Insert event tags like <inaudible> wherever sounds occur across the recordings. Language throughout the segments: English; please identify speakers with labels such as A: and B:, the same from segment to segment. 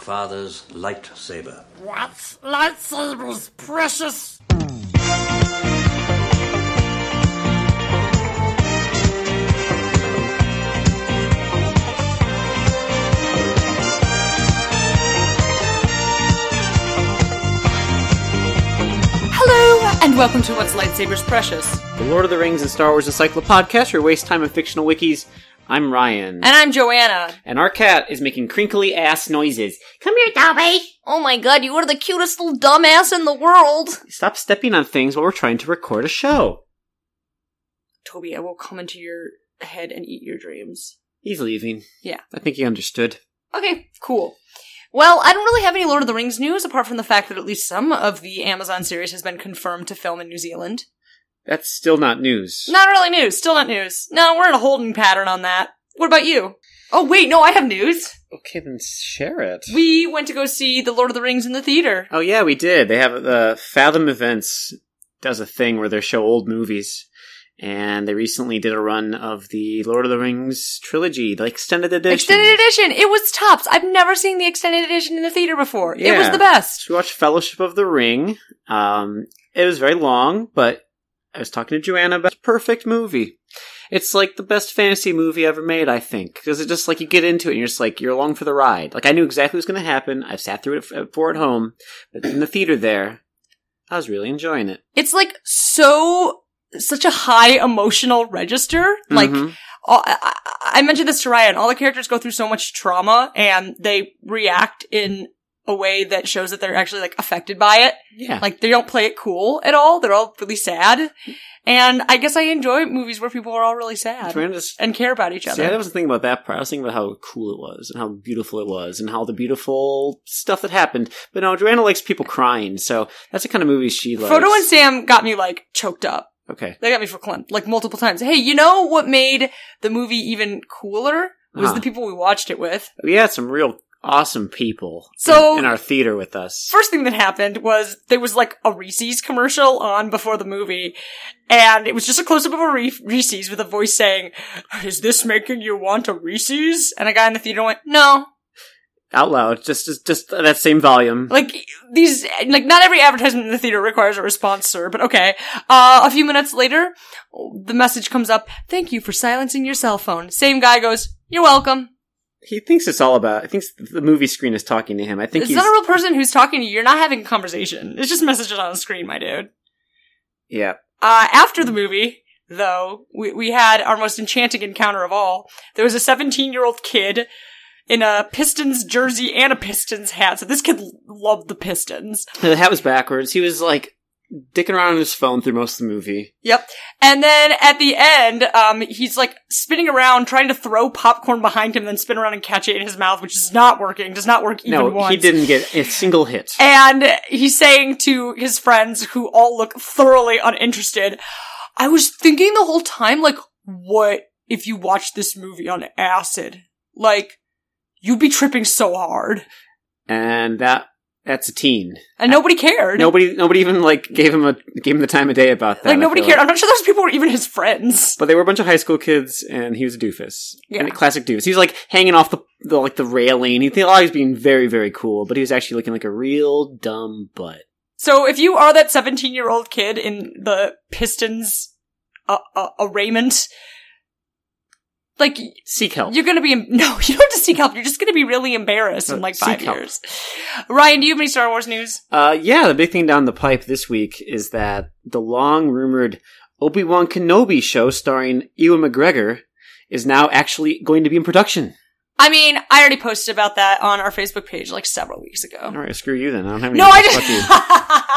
A: father's lightsaber.
B: What? Lightsabers, precious!
C: Hello, and welcome to What's Lightsabers Precious.
D: The Lord of the Rings and Star Wars Encyclopedia Podcast, your waste time of fictional wikis. I'm Ryan.
C: And I'm Joanna.
D: And our cat is making crinkly ass noises. Come here, Dobby!
C: Oh my god, you are the cutest little dumbass in the world!
D: Stop stepping on things while we're trying to record a show.
C: Toby, I will come into your head and eat your dreams.
D: He's leaving.
C: Yeah.
D: I think he understood.
C: Okay, cool. Well, I don't really have any Lord of the Rings news apart from the fact that at least some of the Amazon series has been confirmed to film in New Zealand.
D: That's still not news.
C: Not really news, still not news. No, we're in a holding pattern on that. What about you? Oh wait, no, I have news.
D: Okay, then share it.
C: We went to go see The Lord of the Rings in the theater.
D: oh, yeah, we did. They have the Fathom Events does a thing where they show old movies. And they recently did a run of the Lord of the Rings trilogy, the extended edition.
C: Extended edition. It was tops. I've never seen the extended edition in the theater before. It was
D: Yeah.
C: the best.
D: So we watched Fellowship of the Ring. Um, it was very long, but I was talking to Joanna about it's a perfect movie. It's like the best fantasy movie ever made, I think, because it just like you get into it and you're just like you're along for the ride. Like I knew exactly what was going to happen. I've sat through it f- uh, for at home, but in the theater there, I was really enjoying it.
C: It's like so such a high emotional register. Like
D: Mhm.
C: all, I, I- I mentioned this to Ryan. All the characters go through so much trauma and they react in a way that shows that they're actually like affected by it.
D: yeah,
C: Like they don't play it cool at all. They're all really sad. And I guess I enjoy movies where people are all really sad
D: Joanna just
C: and care about each
D: See, I
C: other.
D: wasn't thinking about that part. I was thinking about how cool it was and how beautiful it was and how the beautiful stuff that happened. But no, Joanna likes people crying, so that's the kind of movie she likes.
C: Frodo and Sam got me like choked up.
D: Okay.
C: They got me for Clint, like multiple times. Hey, you know what made the movie even cooler was
D: Huh.
C: the people we watched it with.
D: We had some real awesome people
C: So-
D: in, in our theater with us.
C: First thing that happened was there was like a Reese's commercial on before the movie, and it was just a close up of a Re- Reese's with a voice saying, "Is this making you want a Reese's?" And a guy in the theater went, "No."
D: Out loud, just, just just that same volume.
C: Like these, like not every advertisement in the theater requires a response, sir. But okay. Uh, a few minutes later, the message comes up. Thank you for silencing your cell phone. Same guy goes, "You're welcome."
D: He thinks it's all about. He thinks the movie screen is talking to him. I think
C: It's
D: he's
C: not a real person who's talking to you. You're not having a conversation. It's just messages on a screen, my dude.
D: yeah.
C: Uh, after the movie, though, we, we had our most enchanting encounter of all. There was a 17 year old kid in a Pistons jersey and a Pistons hat. So this kid l- loved the Pistons.
D: The hat was backwards. He was like dicking around on his phone through most of the movie.
C: Yep. And then at the end, um, he's like spinning around, trying to throw popcorn behind him, then spin around and catch it in his mouth, which is not working. Does not work even
D: no,
C: once.
D: he didn't get a single hit.
C: And he's saying to his friends, who all look thoroughly uninterested, I was thinking the whole time, like, what if you watched this movie on acid? Like, you'd be tripping so hard.
D: And that that's a teen.
C: And nobody cared.
D: Nobody, nobody even like gave him a gave him the time of day about that.
C: Like,
D: I
C: nobody
D: feel
C: cared.
D: like.
C: I'm not sure those people were even his friends.
D: But they were a bunch of high school kids, and he was a doofus.
C: Yeah.
D: And a classic doofus. He was like hanging off the, the like the railing. He thought he was being very very cool, but he was actually looking like a real dumb butt.
C: So if you are that 17 year old kid in the Pistons uh, uh, arraignment, like,
D: Seek help.
C: You're gonna be <laughs> em- no. You don't have to seek help. You're just gonna be really embarrassed in
D: Uh,
C: like
D: seek
C: five
D: help.
C: years. Ryan, do you have any Star Wars news?
D: Uh, yeah, the big thing down the pipe this week is that the long rumored Obi Wan Kenobi show starring Ewan McGregor is now actually going to be in production.
C: I mean, I already posted about that on our Facebook page like several weeks
D: All
C: ago.
D: right, screw you then. I don't have any.
C: No, I
D: news. Fuck you.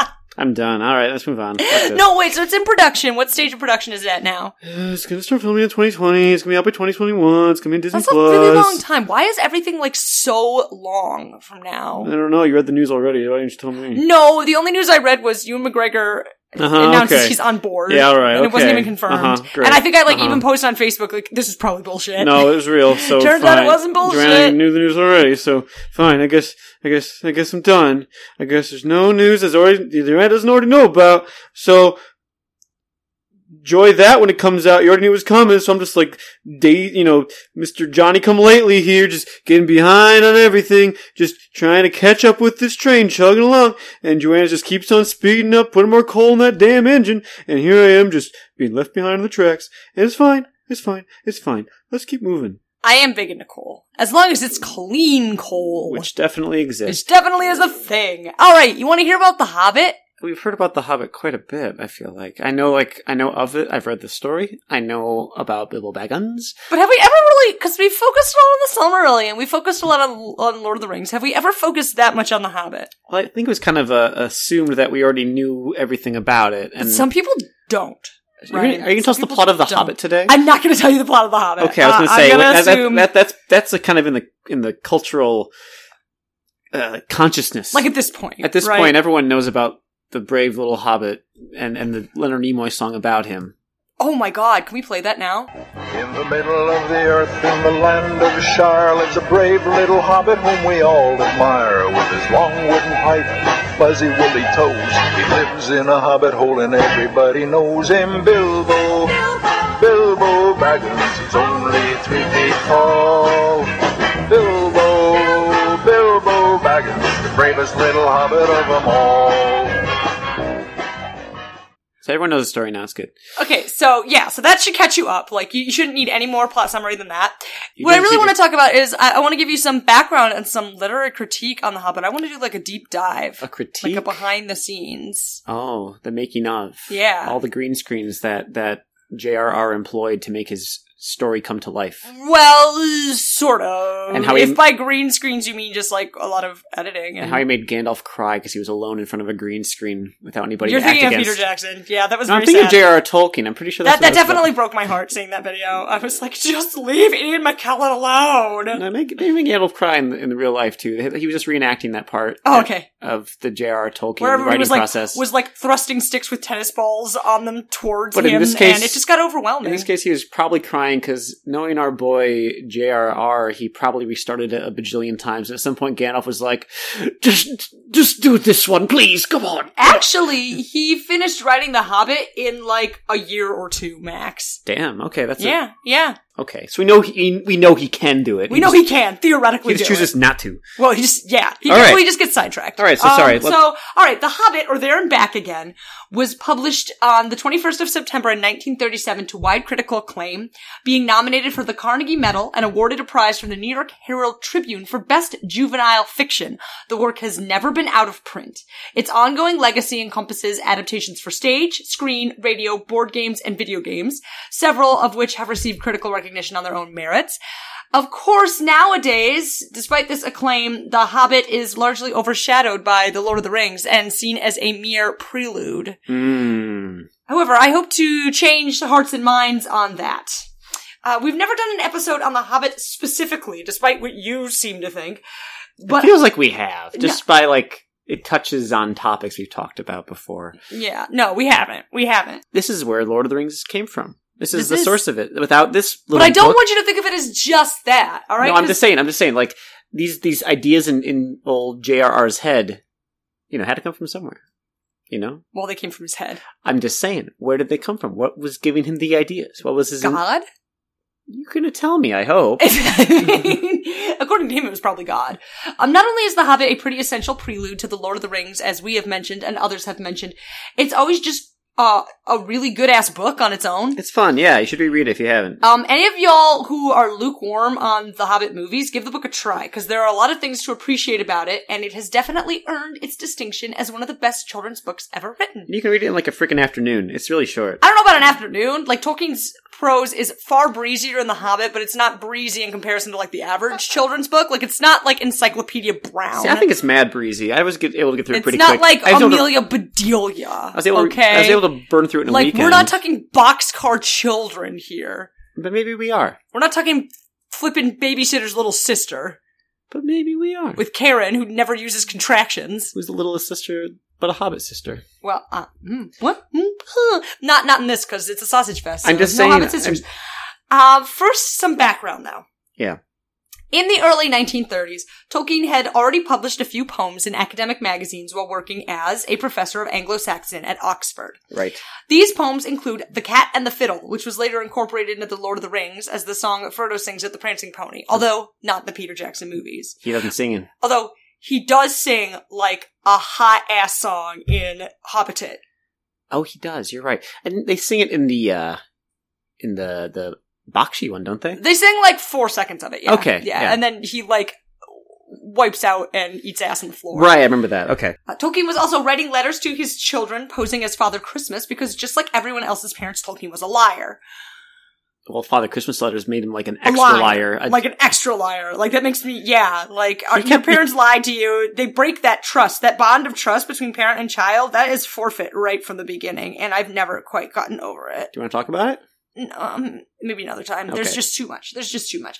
C: <laughs> just
D: I'm done. All right, let's move on. Fuck this.
C: no. Wait, so it's in production. What stage of production is it at now?
D: Uh, It's gonna start filming in 2020. It's gonna be out by 2021. It's gonna be in Disney
C: That's a
D: Plus.
C: really long time. Why is everything like so long from
D: I
C: now?
D: don't know. You read the news already. Why didn't you tell me?
C: No, the only news I read was Ewan McGregor
D: Uh-huh,
C: announces
D: okay.
C: he's on board.
D: Yeah, all right,
C: And it wasn't
D: okay.
C: even confirmed.
D: Uh-huh, great.
C: and I think I like
D: Uh-huh.
C: even posted on Facebook like this is probably bullshit.
D: No, it was real. So
C: Turns
D: fine.
C: out it wasn't bullshit.
D: Joanna knew the news already. So fine. I guess. I guess. I guess I'm done. I guess there's no news that's already Joanna doesn't already know about. So enjoy that when it comes out. You already knew it was coming, so I'm just like, day, you know, Mr. Johnny Come Lately here, just getting behind on everything, just trying to catch up with this train, chugging along. And Joanna just keeps on speeding up, putting more coal in that damn engine. And here I am, just being left behind on the tracks. And it's fine, it's fine, it's fine. Let's keep moving.
C: I am big into coal. As long as it's clean coal.
D: Which definitely
C: which
D: exists.
C: definitely is a thing. Alright, you wanna hear about The Hobbit?
D: We've heard about The Hobbit quite a bit, I feel like. I know, like, I know of it. I've read the story. I know about Bilbo Baggins.
C: But have we ever really, because we focused a lot on the Silmarillion, we focused a lot on, on Lord of the Rings. Have we ever focused that much on The Hobbit?
D: Well, I think it was kind of uh, assumed that we already knew everything about it.
C: But
D: And
C: some people don't.
D: Mm. are you gonna-
C: Ryan,
D: are you going to tell us
C: some
D: the
C: people
D: plot of The
C: don't.
D: Hobbit today?
C: I'm not going to tell you the plot of The Hobbit.
D: okay, I was going to
C: Uh,
D: say
C: I'm
D: that-
C: gonna
D: that-
C: assume,
D: that- that's that's a kind of in the in the cultural uh, consciousness.
C: like at this point,
D: At this
C: right?
D: point, everyone knows about the brave little Hobbit and and the Leonard Nimoy song about him.
C: oh my god, can we play that now?
E: In the middle of the earth, in the land of Shire, lives a brave little hobbit whom we all admire. With his long wooden pipe, fuzzy woolly toes, he lives in a hobbit hole and everybody knows him. Bilbo, Bilbo Baggins, he's only three feet tall. Bilbo, Bilbo Baggins, the bravest little hobbit of them all.
D: So everyone knows the story now. It's good.
C: Okay, so yeah, so that should catch you up. Like you, you shouldn't need any more plot summary than that.
D: You
C: what I
D: guys
C: really
D: did
C: want
D: it.
C: to talk about is I, I want to give you some background and some literary critique on The Hobbit. I want to do like a deep dive,
D: A
C: like
D: critique.
C: a behind the scenes.
D: oh, the making of.
C: Yeah.
D: All the green screens that that J.R.R. employed to make his story come to life.
C: Well, sort of.
D: And how he-
C: if by green screens you mean just like a lot of editing and,
D: and how he made Gandalf cry because he was alone in front of a green screen without anybody
C: you're
D: to act
C: thinking of
D: against.
C: Peter Jackson. Yeah, that was.
D: No, I'm
C: very
D: thinking
C: sad.
D: of J.R.R. Tolkien. I'm pretty sure that's
C: That, that
D: what it was
C: definitely broke my heart seeing that video. I was like, just leave Ian McKellen alone.
D: about. No, they, they made Gandalf cry in, in the real life too. They- He was just reenacting that part.
C: Oh, okay.
D: Of the J.R.R. Tolkien
C: Where everybody
D: writing
C: was like
D: process.
C: was like thrusting sticks with tennis balls on them towards
D: But in
C: him,
D: this case-
C: and it just got overwhelming.
D: in this case, he was probably crying because knowing our boy J.R.R., he probably restarted it a bajillion times. At some point, Gandalf was like, "Just, just do this one, please. Come on."
C: Actually, he finished writing The Hobbit in like a year or two max.
D: Damn. Okay, that's
C: yeah, yeah.
D: A, okay. So we know he we know he can do it.
C: We know
D: just,
C: he can theoretically.
D: he just
C: do it.
D: chooses not to.
C: Well, he just yeah, he
D: All right.
C: definitely just gets sidetracked. Um,
D: All right, so sorry,
C: So
D: let's-
C: all right, The Hobbit or There and Back Again was published on the 21st of September in 1937 to wide critical acclaim, being nominated for the Carnegie Medal and awarded a prize from the New York Herald Tribune for best juvenile fiction. The work has never been out of print. Its ongoing legacy encompasses adaptations for stage, screen, radio, board games, and video games, several of which have received critical recognition on their own merits. Of course, nowadays, despite this acclaim, The Hobbit is largely overshadowed by The Lord of the Rings and seen as a mere prelude.
D: Mm.
C: However, I hope to change the hearts and minds on that. Uh, we've never done an episode on The Hobbit specifically, despite what you seem to think. But
D: it feels like we have just by like it touches on topics we've talked about before
C: yeah, no, we haven't. We haven't.
D: this is where lord of the rings came from this
C: This
D: is the
C: is-
D: source of it without this little
C: But I don't
D: book-
C: want you to think of it as just that, all right?
D: no i'm
C: 'Cause-
D: just saying i'm just saying like these these ideas in in old jrr's head you know had to come from somewhere you know
C: well, they came from his head.
D: i'm just saying where did they come from what was giving him the ideas what was his
C: God?
D: you're gonna tell me i
C: <laughs>
D: hope
C: According to him, it was probably God. Um, not only is The Hobbit a pretty essential prelude to The Lord of the Rings, as we have mentioned and others have mentioned, it's always just uh, a really good ass book on its own.
D: it's fun yeah you should reread it if you haven't
C: Um, any of y'all who are lukewarm on the Hobbit movies, give the book a try, because there are a lot of things to appreciate about it, and it has definitely earned its distinction as one of the best children's books ever written.
D: you can read it in like a freaking afternoon it's really short
C: I don't know about an afternoon. Like Tolkien's prose is far breezier in The Hobbit, but it's not breezy in comparison to like the average children's book. Like it's not like Encyclopedia Brown.
D: See, I think it's mad breezy. I was get, able to get through it
C: it's
D: pretty
C: not
D: quick.
C: like
D: I was able to-
C: Amelia Bedelia.
D: I was able,
C: okay,
D: to, I was able to burn through it in a
C: like
D: weekend.
C: we're not talking boxcar children here.
D: but maybe we are.
C: We're not talking flippin' babysitter's little sister
D: But maybe we are.
C: with Karen who never uses contractions.
D: Who's the littlest sister, but a hobbit sister?
C: Well, uh, mm, what? Mm, huh. Not not in this because it's a sausage fest. so
D: I'm just
C: no
D: saying.
C: Hobbit sisters.
D: I'm-
C: Uh, first, some background though.
D: yeah.
C: In the early 1930s, Tolkien had already published a few poems in academic magazines while working as a professor of Anglo-Saxon at Oxford.
D: Right.
C: These poems include The Cat and the Fiddle, which was later incorporated into The Lord of the Rings as the song that Frodo sings at the Prancing Pony, although not the Peter Jackson movies.
D: He doesn't sing in.
C: Although he does sing like a hot ass song in Hobbiton.
D: Oh, he does. You're right. And they sing it in the uh in the the Bakshi one, don't they?
C: They sing like four seconds of it. Yeah.
D: Okay,
C: Yeah.
D: yeah.
C: And then he like wipes out and eats ass on the floor.
D: Right, I remember that. Okay.
C: Uh, Tolkien was also writing letters to his children posing as Father Christmas because just like everyone else's parents, Tolkien was a liar.
D: Well, Father Christmas letters made him like an
C: A
D: extra liar. I-
C: Like an extra liar. Like that makes me, yeah. Like uh,
D: You
C: your
D: can't be-
C: parents lied to you. They break that trust, that bond of trust between parent and child. That is forfeit right from the beginning. And I've never quite gotten over it.
D: Do you want to talk about it?
C: um, maybe another time. There's
D: Okay.
C: just too much. There's just too much.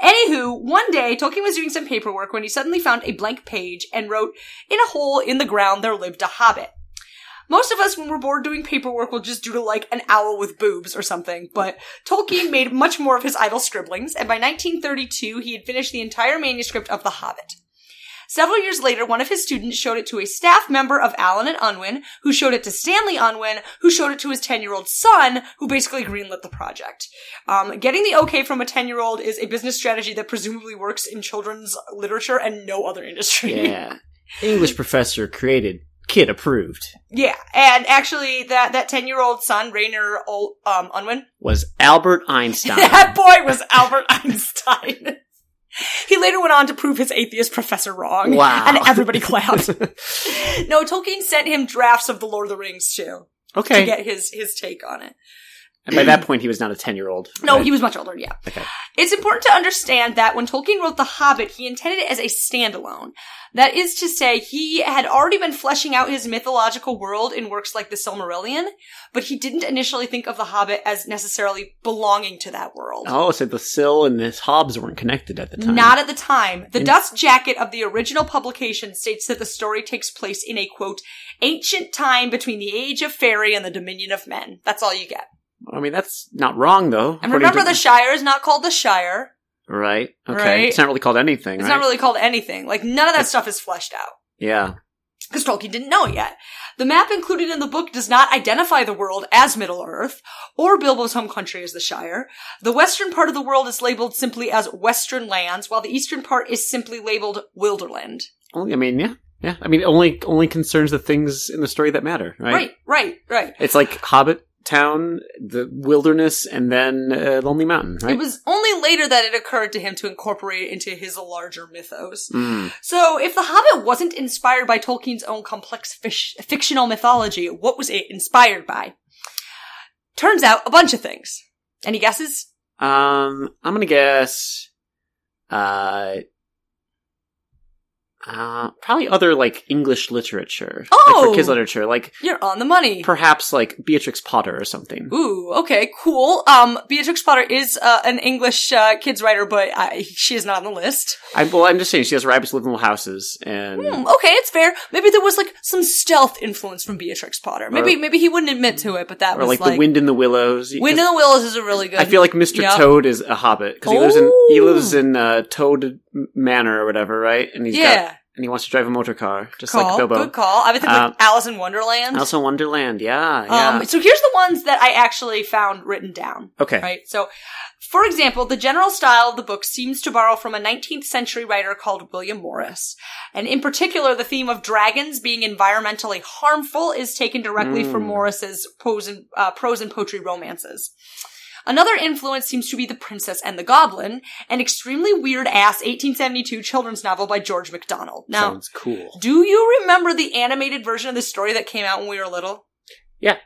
C: Anywho, one day Tolkien was doing some paperwork when he suddenly found a blank page and wrote, "In a hole in the ground there lived a hobbit." Most of us, when we're bored doing paperwork, will just doodle like an owl with boobs or something. But Tolkien made much more of his idle scribblings, and by 1932 he had finished the entire manuscript of The Hobbit. Several years later, one of his students showed it to a staff member of Allen and Unwin, who showed it to Stanley Unwin, who showed it to his 10 year old son, who basically greenlit the project. Um, getting the okay from a 10 year old is a business strategy that presumably works in children's literature and no other industry.
D: <laughs> Yeah. <laughs> English professor created, kid approved.
C: <laughs> Yeah, and actually, that that ten year old son, Rainer Ol- um, Unwin,
D: Was Albert <laughs>
C: <laughs>
D: Einstein.
C: that boy was Albert Einstein. he later went on to prove his atheist professor wrong.
D: Wow.
C: and everybody
D: <laughs>
C: clapped. no, Tolkien sent him drafts of the Lord of the Rings too to
D: okay.
C: get his his take on it.
D: and by <clears throat> that point, he was not a 10 year old.
C: No, he was much older, yeah.
D: Okay.
C: It's important to understand that when Tolkien wrote The Hobbit, he intended it as a standalone. That is to say, he had already been fleshing out his mythological world in works like The Silmarillion, but he didn't initially think of The Hobbit as necessarily belonging to that world.
D: Oh, so the Sill and the Hobbs weren't connected at the time.
C: Not at the time. The dust jacket of the original publication states that the story takes place in a quote, ancient time between the age of fairy and the dominion of men. That's all you get.
D: I mean, that's not wrong, though.
C: And
D: according
C: remember,
D: to-
C: the Shire is not called the Shire.
D: Right. Okay.
C: Right?
D: It's not really called anything,
C: It's
D: right?
C: not really called anything. Like none of that stuff is fleshed out.
D: yeah.
C: Because Tolkien didn't know it yet. The map included in the book does not identify the world as Middle Earth, or Bilbo's home country as the Shire. The western part of the world is labeled simply as Western Lands, while the eastern part is simply labeled Wilderland.
D: Only, I mean, yeah. Yeah. I mean, only only concerns the things in the story that matter, right?
C: Right, right, right.
D: It's like Hobbit Town, the wilderness, and then uh, Lonely Mountain, right?
C: It was only later that it occurred to him to incorporate it into his larger mythos.
D: Mm.
C: So, if The Hobbit wasn't inspired by Tolkien's own complex fish- fictional mythology, what was it inspired by? Turns out a bunch of things. Any guesses?
D: Um, I'm gonna guess, uh, uh, probably other like English literature, like
C: Oh!
D: for kids literature, like
C: You're on the money.
D: perhaps like Beatrix Potter or something.
C: Ooh, okay, cool. Um, Beatrix Potter is uh, an English uh, kids writer, but I, she is not on the list.
D: I, well, I'm just saying she has rabbits live in little houses, and
C: Hmm, okay, it's fair. Maybe there was like some stealth influence from Beatrix Potter. Maybe
D: Or-
C: maybe he wouldn't admit to it, but that
D: or
C: was
D: like,
C: like
D: the Wind in the Willows.
C: Wind in the Willows is a really good.
D: I feel like Mr.
C: Yep.
D: Toad is a hobbit because he lives in he
C: Oh.
D: lives in uh, Toad Manor or whatever, right? And he's
C: Yeah.
D: got and he wants to drive a motor car, just
C: call.
D: like Bilbo.
C: Good call. I would think
D: Um,
C: like Alice in Wonderland.
D: Alice in Wonderland, yeah, yeah.
C: um, so here's the ones that I actually found written down.
D: okay,
C: Right. So, for example, the general style of the book seems to borrow from a 19th century writer called William Morris. And in particular, the theme of dragons being environmentally harmful is taken directly from
D: Hmm.
C: Morris's prose and, uh, prose and poetry romances. Another influence seems to be The Princess and the Goblin, an extremely weird ass 1872 children's novel by George MacDonald. Now,
D: sounds cool.
C: do you remember the animated version of this story that came out when we were little?
D: Yeah.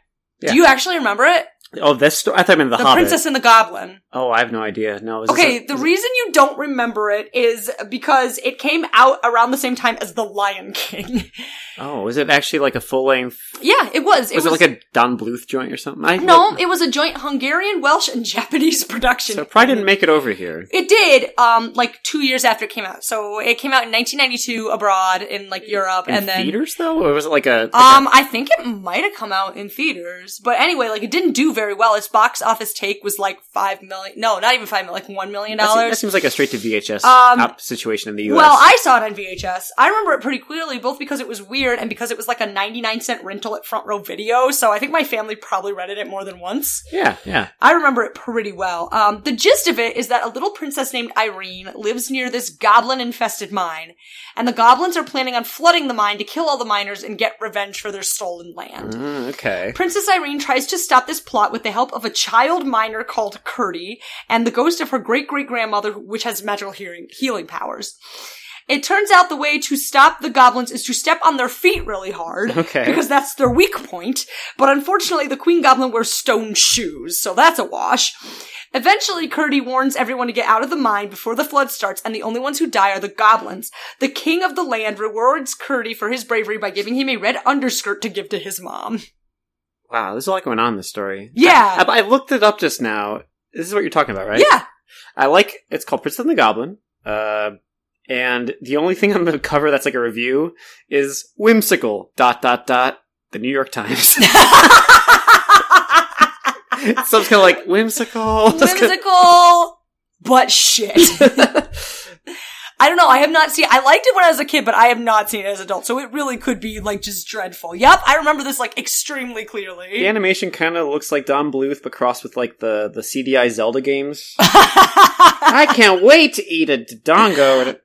D: Yeah.
C: Do you actually remember it?
D: Oh, this story. I thought I meant the,
C: the
D: Hobbit.
C: Princess and the Goblin.
D: Oh, I have no idea. No. Is this
C: Okay,
D: a-
C: the
D: is-
C: reason you don't remember it is because it came out around the same time as The Lion King. <laughs>
D: oh, is it actually like a full length?
C: yeah, it was. It
D: Was
C: was,
D: it, like a Don Bluth joint or something? I,
C: no? It was a joint Hungarian, Welsh, and <laughs> Japanese production.
D: So it probably didn't make it over here.
C: It did, um, like two years after it came out. So it came out in 1992 abroad in like Europe,
D: In
C: and then
D: theaters though, or was it like a? like a-
C: um, I think it might have come out in theaters, but anyway, like it didn't do very well. Its box office take was like five million. No, not even five million. Like one million
D: That seems, that
C: dollars.
D: seems like a straight to VHS
C: Um,
D: app situation in the US.
C: Well, I saw it on VHS. I remember it pretty clearly, both because it was weird and because it was like a 99 cent rental at Front Row Video. So I think my family probably rented it more than once.
D: yeah, yeah.
C: I remember it pretty well. Um, the gist of it is that a little princess named Irene lives near this goblin infested mine, and the goblins are planning on flooding the mine to kill all the miners and get revenge for their stolen land.
D: Mm, okay.
C: Princess Irene tries to stop this plot with the help of a child miner called Curdie and the ghost of her great great grandmother, which has magical hearing- healing powers. It turns out the way to stop the goblins is to step on their feet really hard.
D: Okay.
C: Because that's their weak point. But unfortunately, the Queen Goblin wears stone shoes, so that's a wash. Eventually, Curdie warns everyone to get out of the mine before the flood starts, and the only ones who die are the goblins. The king of the land rewards Curdie for his bravery by giving him a red underskirt to give to his mom.
D: Wow, there's a lot going on in this story.
C: Yeah.
D: I, I looked it up just now. This is what you're talking about, right? <laughs>
C: Yeah.
D: I like it's called Prince and the Goblin. Uh, and the only thing <laughs> on the cover that's like a review is whimsical dot dot dot the New York Times. <laughs> so it's kind of like whimsical. Just kinda-
C: Whimsical, but
D: <laughs>
C: shit. I don't know. I have not seen. I liked it when I was a kid, but I have not seen it as an adult. So it really could be like just dreadful. Yep, I remember this like extremely
D: The
C: clearly.
D: animation kind of looks like Don Bluth, but crossed with like the, the CDI Zelda games. I can't wait to eat a Dodongo.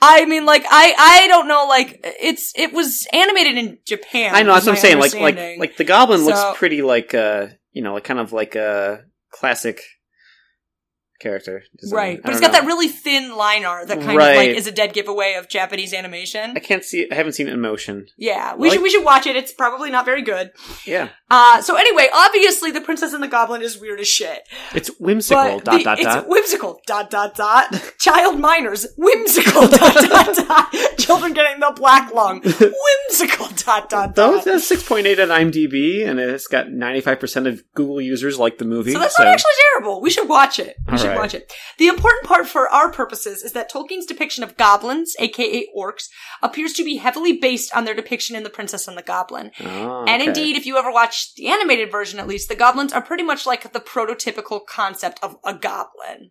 C: I mean, like I I don't know. Like it's it was animated in Japan.
D: I know
C: is
D: that's what I'm
C: my
D: saying. Like like
C: understanding.
D: like the Goblin
C: So-
D: looks pretty like uh you know like kind of like a classic character, design.
C: right,
D: I
C: but it's
D: don't
C: got that
D: know.
C: really thin line art that kind of
D: Right.
C: like is a dead giveaway of Japanese animation.
D: I can't see. I haven't seen it in motion.
C: Yeah, we
D: Like-
C: should we should watch it. It's probably not very good.
D: Yeah,
C: Uh, so anyway, obviously the princess and the goblin is weird as shit.
D: it's whimsical.
C: but
D: dot
C: the-
D: dot
C: it's
D: dot.
C: whimsical. Dot dot dot. Child minors. Whimsical. <laughs> dot dot dot. Children getting the black lung. Whimsical. Dot dot
D: Those
C: dot.
D: that's uh, six point eight on IMDb, and it's got ninety five percent of Google users like the movie.
C: So that's not actually terrible. We should watch it. We
D: All
C: should
D: right.
C: watch it. The important part for our purposes is that Tolkien's depiction of goblins, aka orcs, appears to be heavily based on their depiction in The Princess and the Goblin.
D: Oh,
C: And
D: okay.
C: indeed, if you ever watch the animated version, at least, the goblins are pretty much like the prototypical concept of a goblin.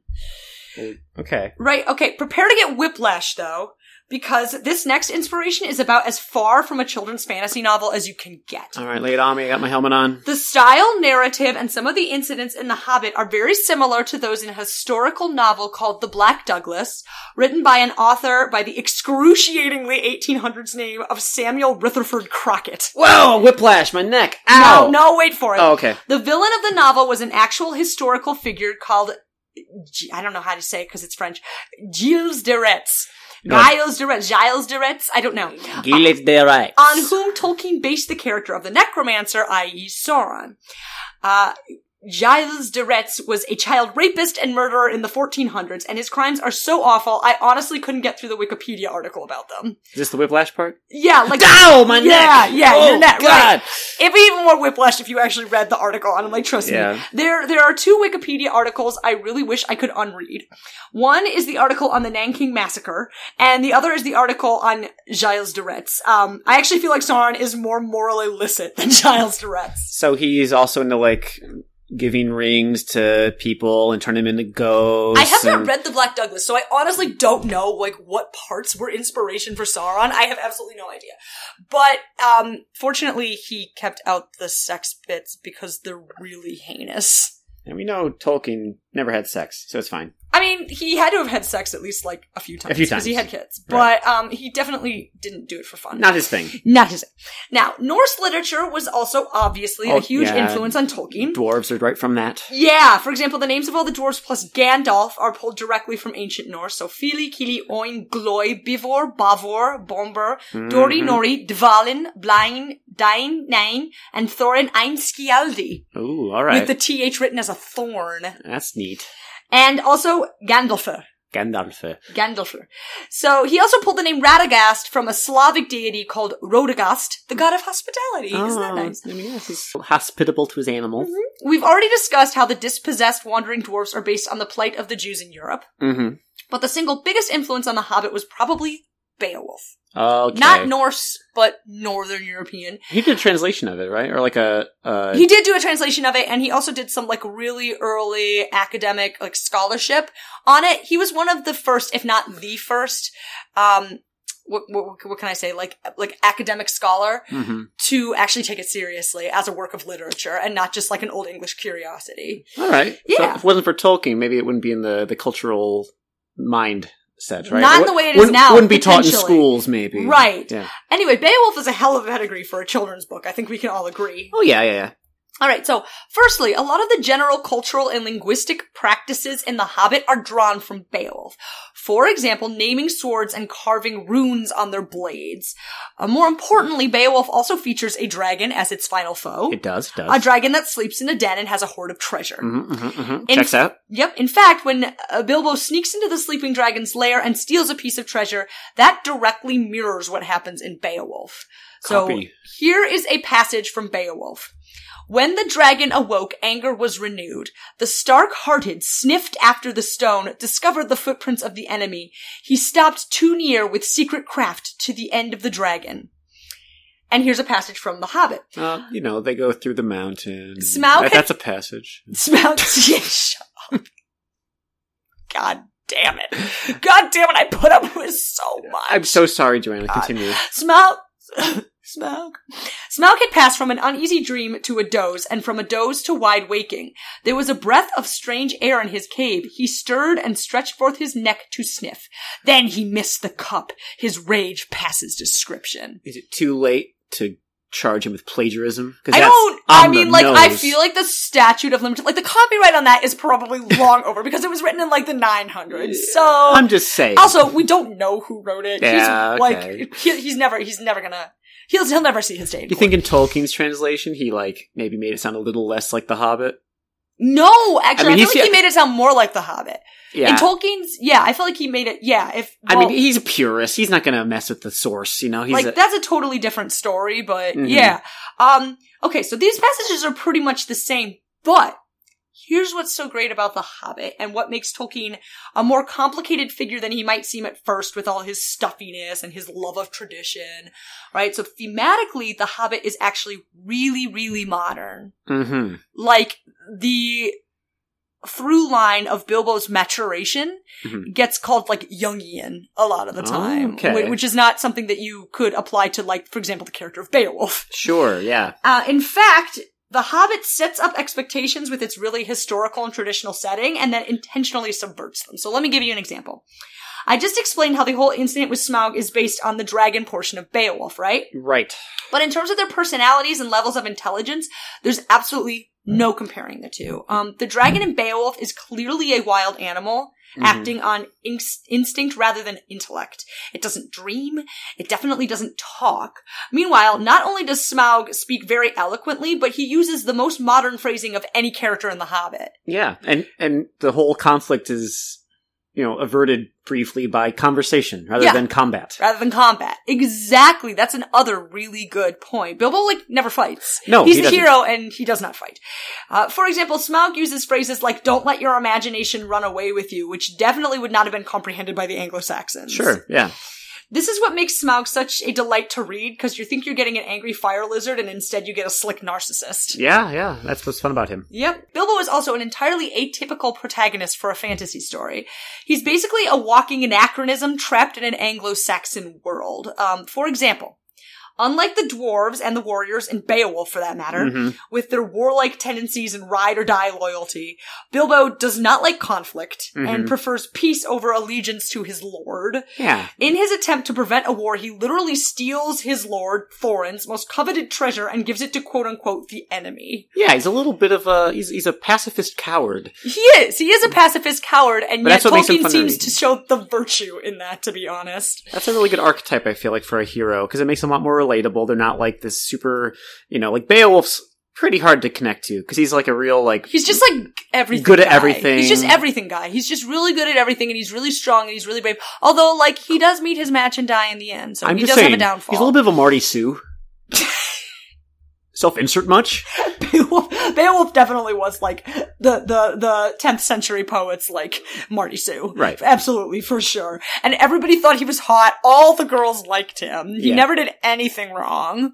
D: okay.
C: Right, okay, prepare to get whiplash though, because this next inspiration is about as far from a children's fantasy novel as you can get.
D: All right, lay it on me. I got my helmet on.
C: The style, narrative, and some of the incidents in The Hobbit are very similar to those in a historical novel called The Black Douglas, written by an author by the excruciatingly 1800s name of Samuel Rutherford Crockett.
D: Whoa! Whiplash! My neck. Ow!
C: No, no, wait for it.
D: Oh, okay.
C: The villain of the novel was an actual historical figure called, G- I don't know how to say it because it's French, Gilles de Retz.
D: No.
C: Giles de Retz, Giles de Retz, I don't know.
D: Gillet de Rex.
C: On whom Tolkien based the character of the necromancer, i.e. Sauron. Uh, Giles de Retz was a child rapist and murderer in the 1400s, and his crimes are so awful, I honestly couldn't get through the Wikipedia article about them.
D: Is this the whiplash part?
C: Yeah, like-
D: Ow! My
C: yeah,
D: neck.
C: yeah,
D: Oh,
C: your neck, right.
D: God.
C: It'd be even more whiplash if you actually read the article. And I'm like, trust
D: Yeah.
C: me. There, there are two Wikipedia articles I really wish I could unread. One is the article on the Nanking Massacre, and the other is the article on Giles de Retz. Um, I actually feel like Sauron is more morally licit than <laughs> Giles de Retz.
D: So he's also into like giving rings to people and turning them into ghosts.
C: I have not
D: and-
C: read the Black Douglas, so I honestly don't know like what parts were inspiration for Sauron. I have absolutely no idea. But um fortunately he kept out the sex bits because they're really heinous.
D: And we know Tolkien never had sex, so it's fine.
C: I mean, he had to have had sex at least like a few times
D: few
C: because he had
D: times.
C: kids.
D: Right.
C: But um, he definitely didn't do it for fun.
D: Not
C: <laughs>
D: his thing.
C: not his. Now, Norse literature was also obviously
D: Oh,
C: a huge
D: yeah.
C: influence on Tolkien.
D: Dwarves are right from that.
C: Yeah, for example, the names of all the dwarves plus Gandalf are pulled directly from ancient Norse. So Fili, Kili, Oin, Gloy, Bivor, Bavor, Bomber, Dori, Nori, Dvalin, Blain, Dain, Nain, and Thorin Einskialdi.
D: Ooh, all right.
C: With the TH written as a thorn.
D: That's neat.
C: And also Gandalfer.
D: Gandalf.
C: Gandalfur. So he also pulled the name Radagast from a Slavic deity called Rodagast, the god of hospitality. Isn't
D: Oh.
C: that nice?
D: I mean, Ah,
C: <laughs>
D: yes, he's hospitable to his animal.
C: We've already discussed how the dispossessed wandering dwarfs are based on the plight of the Jews in Europe,
D: Mm-hmm.
C: but the single biggest influence on The Hobbit was probably Beowulf.
D: Okay.
C: Not Norse, but Northern European.
D: He did a translation of it, right? Or like a. Uh,
C: He did do a translation of it, and he also did some like really early academic like scholarship on it. He was one of the first, if not the first, um, what, what, what can I say? Like like academic scholar
D: Mhm.
C: to actually take it seriously as a work of literature and not just like an old English curiosity.
D: All right. So
C: Yeah.
D: if it wasn't for Tolkien, maybe it wouldn't be in the, the cultural mindset, right?
C: Not
D: Wou-
C: the way it is
D: wouldn't-
C: now,
D: Wouldn't be taught in
C: potentially.
D: schools, maybe.
C: Right.
D: Hmm. Yeah.
C: Anyway, Beowulf is a hell of a pedigree for a children's book. I think we can all agree.
D: Oh yeah, yeah, yeah.
C: All right, so firstly, a lot of the general cultural and linguistic practices in The Hobbit are drawn from Beowulf. For example, naming swords and carving runes on their blades. Uh, more importantly, Beowulf also features a dragon as its final foe.
D: It does. It does.
C: A dragon that sleeps in a den and has a hoard of treasure.
D: Mhm, mhm, mhm.
C: Um, In-
D: Checks out.
C: Yep. In fact, when uh, Bilbo sneaks into the sleeping dragon's lair and steals a piece of treasure, that directly mirrors what happens in Beowulf.
D: Copy.
C: So here is a passage from Beowulf. When the dragon awoke, anger was renewed. The stark-hearted sniffed after the stone, discovered the footprints of the enemy. He stopped too near with secret craft to the end of the dragon. And here's a passage from The Hobbit.
D: Uh, you know, they go through the mountain.
C: Smaug
D: That-
C: had-
D: that's a passage.
C: Smell. Yeah, shut up. God damn it. God damn it. I put up with so much.
D: I'm so sorry, Joanna. Continue.
C: Smaug. <coughs> Smaug. Smaug had passed from an uneasy dream to a doze, and from a doze to wide waking. There was a breath of strange air in his cave. He stirred and stretched forth his neck to sniff. Then he missed the cup. His rage passes description.
D: Is it too late to charge him with plagiarism? 'Cause
C: I
D: that's
C: don't.
D: on
C: I
D: the
C: mean, like, I
D: nose.
C: feel like the statute of limit, like the copyright on that is probably long over because it was written in like the 900s. So
D: I'm just saying.
C: Also, we don't know who wrote it.
D: Yeah,
C: he's like
D: okay.
C: he, he's never he's never gonna he'll he'll never see his day. in
D: you
C: court.
D: think in Tolkien's translation, he like maybe made it sound a little less like The Hobbit?
C: No, actually, I,
D: mean, he's-
C: feel like he made it sound more like The Hobbit.
D: Yeah.
C: In Tolkien's, yeah, I feel like he made it. Yeah, if
D: I
C: well,
D: mean, he's a purist. He's not going to mess with the source, you know. He's
C: like
D: a,
C: that's a totally different story, but
D: Mhm.
C: yeah. Um, okay, so these passages are pretty much the same, but here's what's so great about The Hobbit and what makes Tolkien a more complicated figure than he might seem at first with all his stuffiness and his love of tradition, right? So thematically, The Hobbit is actually really, really modern.
D: hmm
C: Like the through line of Bilbo's maturation
D: Mhm.
C: gets called like Jungian a lot of the
D: Oh,
C: time, whi-
D: okay.
C: which is not something that you could apply to like, for example, the character of Beowulf.
D: Sure, yeah.
C: Uh, in fact, The Hobbit sets up expectations with its really historical and traditional setting and then intentionally subverts them. So let me give you an example. I just explained how the whole incident with Smaug is based on the dragon portion of Beowulf, right?
D: Right.
C: But in terms of their personalities and levels of intelligence, there's absolutely no comparing the two. Um, the dragon in Beowulf is clearly a wild animal.
D: Mhm.
C: Acting on inst- instinct rather than intellect. It doesn't dream. It definitely doesn't talk. Meanwhile, not only does Smaug speak very eloquently, but he uses the most modern phrasing of any character in The Hobbit.
D: Yeah, and and the whole conflict is, you know, averted briefly by conversation rather
C: Yeah.
D: than combat.
C: rather than combat. Exactly. That's another really good point. Bilbo, like, never fights.
D: No,
C: He's
D: he
C: the
D: doesn't.
C: hero and he does not fight. Uh, for example, Smaug uses phrases like, don't let your imagination run away with you, which definitely would not have been comprehended by the Anglo-Saxons.
D: Sure, yeah.
C: This is what makes Smaug such a delight to read, because you think you're getting an angry fire lizard and instead you get a slick narcissist.
D: Yeah, yeah. That's what's fun about him.
C: Yep. Bilbo is also an entirely atypical protagonist for a fantasy story. He's basically a walking anachronism trapped in an Anglo-Saxon world. Um, for example, unlike the dwarves and the warriors in Beowulf for that matter,
D: Mhm.
C: with their warlike tendencies and ride or die loyalty, Bilbo does not like conflict and
D: Mhm.
C: prefers peace over allegiance to his lord.
D: Yeah.
C: In his attempt to prevent a war, he literally steals his lord, Thorin's most coveted treasure and gives it to quote unquote the enemy.
D: Yeah, he's a little bit of a he's he's a pacifist coward.
C: He is. He is a pacifist coward, and
D: But
C: yet
D: that's what makes him
C: Tolkien
D: fun to
C: seems
D: read.
C: to show the virtue in that, to be honest.
D: That's a really good archetype I feel like for a hero because it makes them a lot more relatable. They're not like this super, you know, like Beowulf's pretty hard to connect to because he's like a real like
C: He's just like everything.
D: Good at
C: guy.
D: everything.
C: He's just everything guy. He's just really good at everything, and he's really strong, and he's really brave. Although, like, he does meet his match and die in the end, so
D: I'm
C: he
D: just
C: does
D: saying <laughs>
C: have a downfall.
D: he's a little bit of a Marty Sue. self insert much?
C: Beowulf, Beowulf definitely was like the the the 10th century poets like Marty Sue.
D: Right.
C: Absolutely, for sure. And everybody thought he was hot. All the girls liked him. He
D: Yeah.
C: never did anything wrong.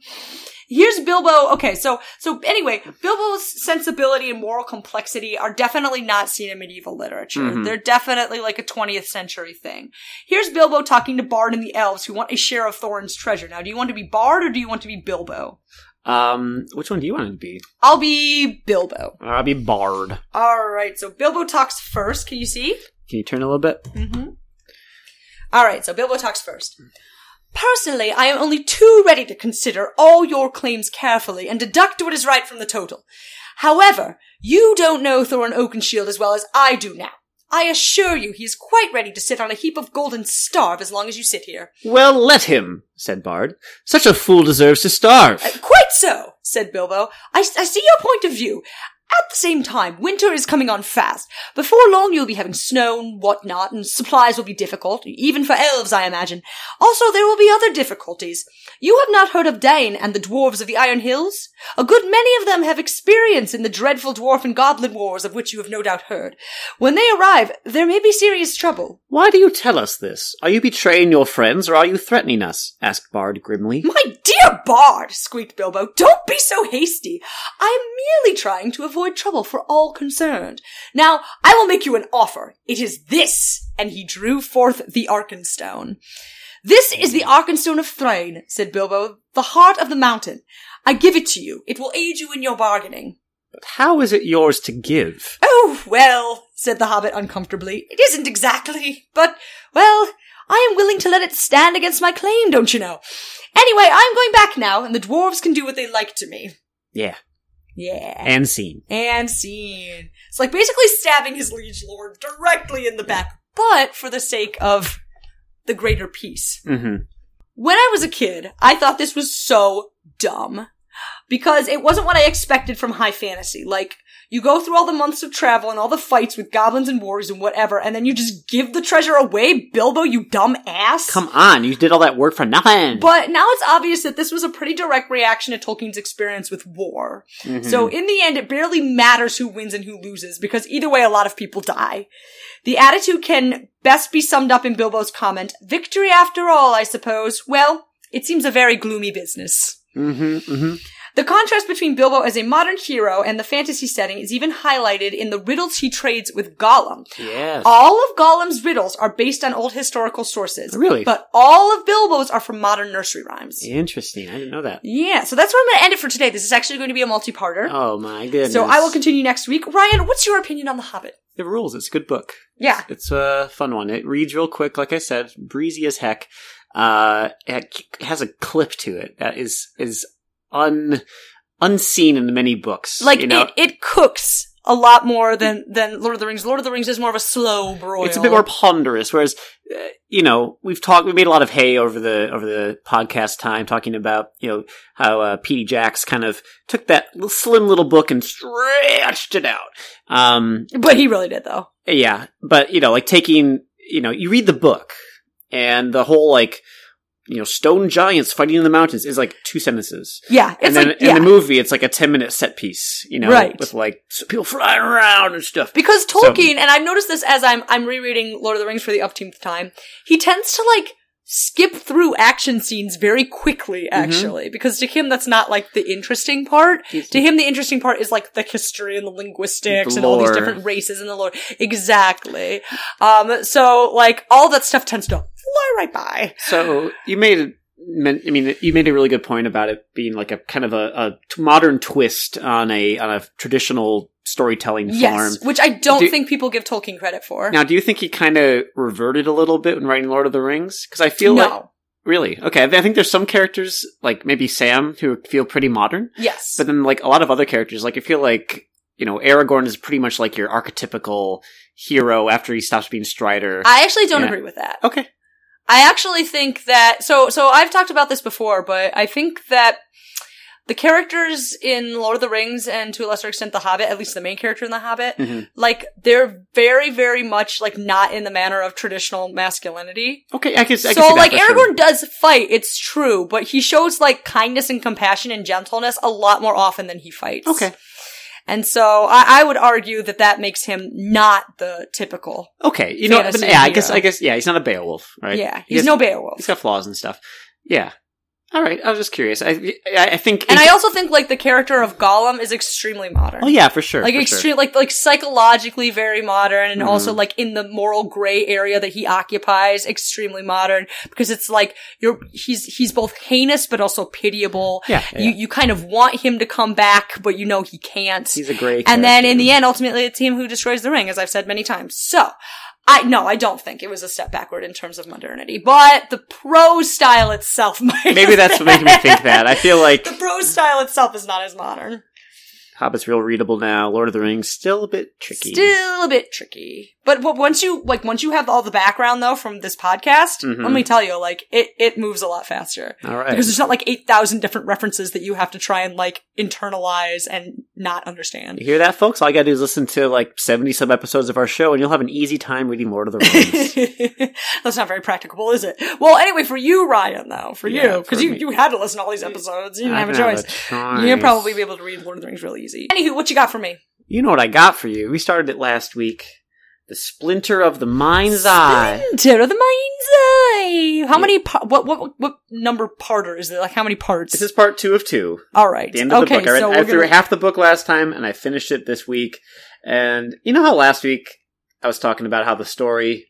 C: Here's Bilbo. Okay, so so anyway, Bilbo's sensibility and moral complexity are definitely not seen in medieval literature.
D: Mhm.
C: They're definitely like a 20th century thing. Here's Bilbo talking to Bard and the elves who want a share of Thorin's treasure. Now, do you want to be Bard or do you want to be Bilbo?
D: Um, which one do you want to be?
C: I'll be Bilbo.
D: I'll be Bard.
C: All right, so Bilbo talks first. Can you see?
D: Can you turn a little bit?
C: Mm-hmm. All right, so Bilbo talks first. Personally, I am only too ready to consider all your claims carefully and deduct what is right from the total. However, you don't know Thorin Oakenshield as well as I do now. I assure you he is quite ready to sit on a heap of gold and starve as long as you sit here.
D: Well, let him, said Bard. Such a fool deserves to starve.
C: Uh, Quite so, said Bilbo. I, I see your point of view. At the same time, winter is coming on fast. Before long, you'll be having snow and whatnot, and supplies will be difficult, even for elves, I imagine. Also, there will be other difficulties. You have not heard of Dane and the dwarves of the Iron Hills? A good many of them have experience in the dreadful dwarf and goblin wars of which you have no doubt heard. When they arrive, there may be serious trouble.
D: Why do you tell us this? Are you betraying your friends or are you threatening us? asked Bard grimly.
C: My dear Bard, squeaked Bilbo, don't be so hasty. I am merely trying to avoid trouble for all concerned. Now, I will make you an offer. It is this. And he drew forth the Arkenstone. This is the Arkenstone of Thrain, said Bilbo, the heart of the mountain. I give it to you. It will aid you in your bargaining.
D: How is it yours to give?
C: Oh, well, said the hobbit uncomfortably, it isn't exactly, but, well, I am willing to let it stand against my claim, don't you know? Anyway, I'm going back now, and the dwarves can do what they like to me.
D: Yeah,
C: Yeah.
D: and scene.
C: And scene. It's like basically stabbing his liege lord directly in the back, but for the sake of the greater peace.
D: Mm-hmm.
C: When I was a kid, I thought this was so dumb because it wasn't what I expected from high fantasy. Like, you go through all the months of travel and all the fights with goblins and warriors and whatever, and then you just give the treasure away, Bilbo, you dumb ass.
D: Come on, you did all that work for nothing.
C: But now it's obvious that this was a pretty direct reaction to Tolkien's experience with war. So in the end, it barely matters who wins and who loses because either way, a lot of people die. The attitude can best be summed up in Bilbo's comment, victory after all, I suppose. Well, it seems a very gloomy business.
D: hmm hmm
C: The contrast between Bilbo as a modern hero and the fantasy setting is even highlighted in the riddles he trades with Gollum.
D: Yes.
C: All of Gollum's riddles are based on old historical sources.
D: Really?
C: But all of Bilbo's are from modern nursery rhymes.
D: Interesting. I didn't know that.
C: Yeah, so that's where I'm going to end it for today. This is actually going to be a multi-parter.
D: Oh my goodness.
C: so I will continue next week. Ryan, what's your opinion on The Hobbit?
D: The rules. It's a good book.
C: Yeah.
D: It's a fun one. It reads real quick, like I said, breezy as heck. Uh, it has a clip to it that is is un unseen in many books.
C: Like
D: you know,
C: it, it cooks a lot more than than Lord of the Rings. Lord of the Rings is more of a slow broil.
D: it's a bit more ponderous. Whereas, uh, you know, we've talked, we made a lot of hay over the over the podcast time talking about you know how uh, P.D. Jacks kind of took that l- slim little book and stretched it out. Um,
C: But he really did though.
D: Yeah, but you know, like taking you know, you read the book and the whole like you know stone giants fighting in the mountains is like two sentences.
C: Yeah, it's
D: and then
C: like
D: in
C: yeah.
D: the movie, it's like a ten minute set piece, you know,
C: Right.
D: with like s- people flying around and stuff.
C: because Tolkien, and I've noticed this as I'm I'm rereading Lord of the Rings for the upteenth time, he tends to like skip through action scenes very quickly
D: Mm-hmm.
C: actually because to him that's not like the interesting part to him the interesting part is like the history and the linguistics
D: The
C: and all these
D: lore.
C: different races and the lore exactly um so like all that stuff tends to fly right by
D: So you made a- men- I mean, you made a really good point about it being like a kind of a, a t- modern twist on a on a traditional storytelling form.
C: yes which i don't
D: Do-
C: think people give tolkien credit for
D: Now, do you think he kind of reverted a little bit when writing Lord of the Rings? Because I feel like
C: no
D: Really? Okay. I think there's some characters, like maybe Sam, who feel pretty modern,
C: yes
D: but then like a lot of other characters, like I feel like, you know, Aragorn is pretty much like your archetypical hero after he stops being Strider.
C: i actually don't
D: Yeah.
C: agree with that
D: okay.
C: I actually think that so so I've talked about this before, but I think that the characters in Lord of the Rings and to a lesser extent The Hobbit, at least the main character in The Hobbit,
D: Mhm.
C: like they're very, very much like not in the manner of traditional masculinity.
D: Okay, I can. I can see
C: so
D: that
C: like
D: for sure.
C: Aragorn does fight, it's true, but he shows like kindness and compassion and gentleness a lot more often than he fights.
D: Okay.
C: And so I, I would argue that that makes him not the typical.
D: Okay, you know, but
C: fantasy
D: yeah, I guess,
C: hero.
D: I guess, yeah, he's not a Beowulf, right?
C: Yeah,
D: He
C: he's
D: has-
C: no Beowulf.
D: He's got flaws and stuff. Yeah. All right. I was just curious. I I, I think.
C: and I also think like the character of Gollum is extremely modern.
D: Oh yeah, for sure. Mm-hmm.
C: like
D: for
C: extreme, like like psychologically very modern, and also like in the moral gray area that he occupies, extremely modern because it's like you're he's he's both heinous but also pitiable.
D: Yeah, yeah,
C: you
D: yeah.
C: you kind of want him to come back, but you know he can't.
D: He's a great.
C: and then in the end, ultimately, it's him who destroys the ring, as I've said many times. So. I no, I don't think it was a step backward in terms of modernity, but the pro style itself <laughs> might have
D: maybe that's what made me
C: <laughs>
D: think that. I feel like
C: the pro style itself is not as modern.
D: Hobbit's real readable now. Lord of the Rings still a bit tricky.
C: Still a bit tricky. But but once you like once you have all the background though from this podcast,
D: Mhm.
C: let me tell you, like it it moves a lot faster.
D: All right.
C: Because there's not like 8,000 different references that you have to try and like internalize and not
D: You
C: understand.
D: hear that, folks? All you gotta do is listen to like seventy some episodes of our show, and you'll have an easy time reading Lord
C: <laughs>
D: of the Rings.
C: <laughs> That's not very practicable, is it? Well, anyway, for you, Ryan, though, for
D: Yeah,
C: you, because
D: for
C: you,
D: me.
C: you had to listen to all these episodes. You didn't
D: I
C: have a
D: don't
C: choice.
D: have a choice.
C: You'll probably be able to read Lord of the Rings really easy. Anywho, what you got for me?
D: you know what I got for you? We started it last week. The Splinter of the Mind's Eye.
C: Terror of the Mind's Eye. How many? Pa- what? What? What number parter is it? Like how many parts?
D: This is part two of two.
C: All right.
D: the end of
C: okay,
D: the book. I, read,
C: so
D: I
C: we're
D: threw
C: gonna-
D: half the book last time, and I finished it this week. And you know how last week I was talking about how the story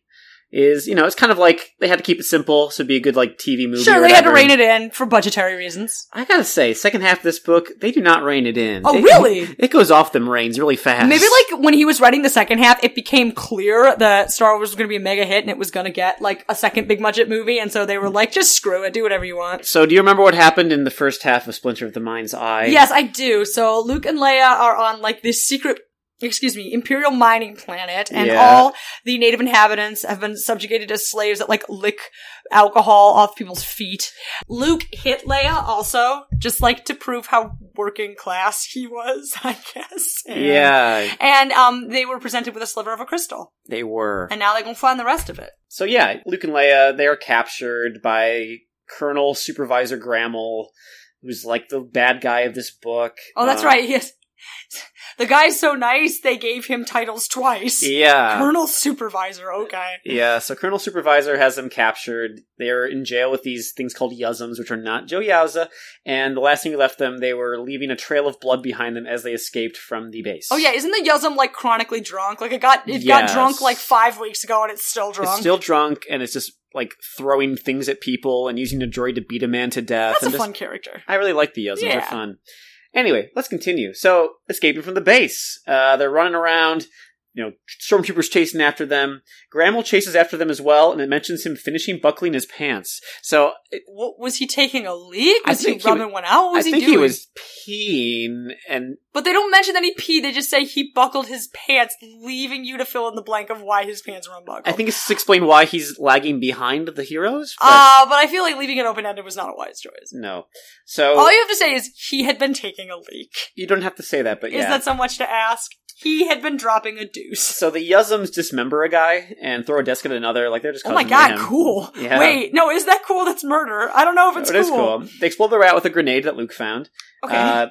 D: is, you know, it's kind of like they had to keep it simple, so it'd be a good like TV movie.
C: Sure, they had to rein it in for budgetary reasons.
D: I gotta say, second half of this book, they do not rein it in.
C: Oh,
D: It-
C: really?
D: <laughs> It goes off them reins really fast.
C: Maybe like when he was writing the second half, it became clear that Star Wars was going to be a mega hit and it was going to get like a second big budget movie, and so they were like, "Just screw it, do whatever you want."
D: So, do you remember what happened in the first half of Splinter of the Mind's Eye?
C: Yes, I do. So Luke and Leia are on like this secret, excuse me, Imperial mining planet, and
D: Yeah.
C: all the native inhabitants have been subjugated as slaves that like lick alcohol off people's feet. Luke hit Leia also, just like to prove how working class he was, <laughs> I guess. And-
D: Yeah,
C: And um, they were presented with a sliver of a crystal,
D: they were.
C: and now they're gonna find the rest of it.
D: So yeah, Luke and Leia they are captured by Colonel Supervisor Grammel, who's like the bad guy of this book.
C: Oh, that's
D: Uh,
C: right. Yes, <laughs> the guy's so nice they gave him titles twice.
D: Yeah.
C: Colonel Supervisor. Okay.
D: yeah, so Colonel Supervisor has them captured. They're in jail with these things called Yuzums, which are not Joe Yowza. And the last thing we left them, they were leaving a trail of blood behind them as they escaped from the base.
C: Oh yeah, isn't the Yuzum like chronically drunk? Like it got it got
D: Yes.
C: drunk like five weeks ago and it's still drunk.
D: It's still drunk, and it's just like throwing things at people and using a droid to beat a man to death.
C: That's a
D: and just-
C: fun character.
D: I really like the Yozos. They're
C: Yeah.
D: fun. Anyway, let's continue. So, escaping from the base. Uh, they're running around. You know, stormtroopers chasing after them. Grammel chases after them as well, and it mentions him finishing buckling his pants. So, it,
C: What, was he taking a leak?
D: I
C: Was he
D: think he wa-
C: rubbing one out? What was
D: I
C: he
D: think
C: doing?
D: he was peeing, and
C: But they don't mention that he peed. They just say he buckled his pants, leaving you to fill in the blank of why his pants were unbuckled.
D: I think it's to explain why he's lagging behind the heroes. But
C: Uh, but I feel like leaving it open ended was not a wise choice.
D: no, so
C: All you have to say is he had been taking a leak.
D: you don't have to say that, but
C: Is
D: yeah.
C: that so much to ask? He had been dropping a deuce.
D: so the Yuzums dismember a guy and throw a desk at another. Like they're just
C: Oh my
D: causing
C: god,
D: mayhem.
C: cool.
D: Yeah.
C: Wait, no, is that cool? That's murder. I don't know if it's
D: It is cool. They explode the rat with a grenade that Luke found.
C: Okay.
D: Uh,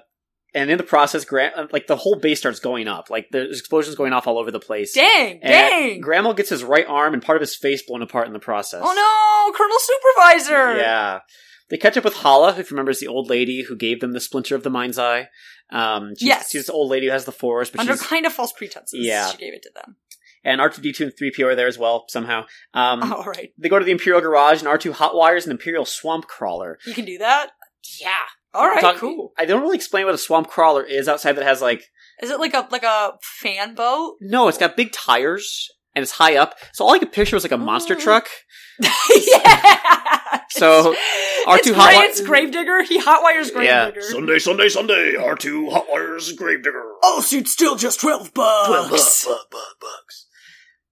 D: and in the process, Gra- uh, like the whole base starts going up. Like there's explosions going off all over the place.
C: Dang,
D: And
C: dang.
D: Grammel gets his right arm and part of his face blown apart in the process.
C: oh no, Colonel Supervisor.
D: Yeah. They catch up with Hala, who remembers the old lady who gave them the splinter of the mind's eye. Um, she's,
C: Yes.
D: she's the old lady who has the force, but
C: Under
D: she's
C: kind of false pretenses,
D: Yeah.
C: she gave it to them.
D: and R two D two and three PO are there as well somehow. Um,
C: Oh, all right,
D: They go to the Imperial garage, and R two hotwires an Imperial swamp crawler.
C: you can do that.
D: Yeah,
C: All right,
D: Talk-
C: cool.
D: I don't really explain what a swamp crawler is outside that it has like
C: Is it like a like a fan
D: <laughs>
C: boat? <laughs>
D: No, it's got big tires and it's high up. So all I could picture was like a monster
C: Oh. <laughs>
D: truck.
C: yeah.
D: So, R2
C: it's
D: hotwi-
C: great, it's Gravedigger. He hotwires
D: Yeah.
C: Gravedigger.
A: Sunday, Sunday, Sunday, R2 Hot Wires Gravedigger.
B: Oh, shoot, still just 12 bucks.
A: Bucks. Bucks.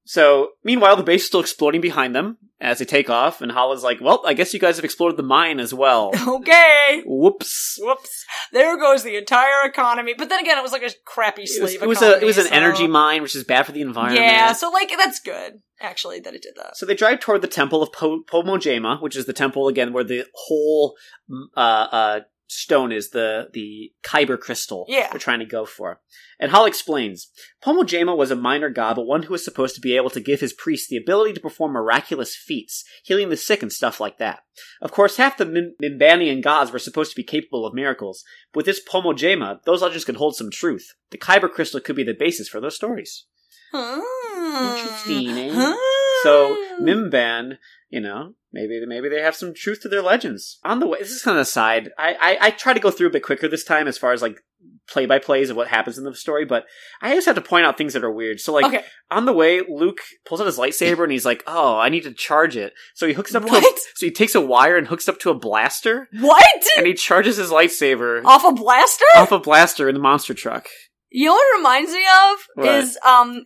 D: So meanwhile, the base is still exploding behind them, as they take off, and Hala's like, "Well, I guess you guys have explored the mine as well."
C: <laughs> Okay.
D: Whoops.
C: Whoops. There goes the entire economy. But then again, it was like a crappy
D: It was,
C: slave
D: it was a
C: economy,
D: it was an
C: so-
D: energy mine, which is bad for the environment.
C: Yeah, so like that's good, actually, that it did that.
D: So they drive toward the temple of po- Pomojema, which is the temple again where the whole mm, uh, uh, stone is the the kyber crystal.
C: Yeah.
D: they're trying to go for. And Hall explains Pomojema was a minor god, but one who was supposed to be able to give his priests the ability to perform miraculous feats, healing the sick and stuff like that. Of course, half the Mim- Mimbanian gods were supposed to be capable of miracles. but With this Pomojema, those legends could hold some truth. The kyber crystal could be the basis for those stories.
C: Hmm.
D: Interesting, eh?
C: Hmm. <laughs>
D: So Mimban, you know, maybe maybe they have some truth to their legends. On the way, this is kind of a side. I, I I try to go through a bit quicker this time as far as like play by plays of what happens in the story, but I just have to point out things that are weird. So like
C: Okay.
D: on the way, Luke pulls out his lightsaber and he's like, "Oh, I need to charge it." So he hooks up to a,
C: What?
D: so he takes a wire and hooks up to a blaster
C: What?
D: and he charges his lightsaber
C: Off a blaster?
D: off a blaster in the
C: <laughs>
D: monster truck.
C: You know what it reminds me of
D: What?
C: is um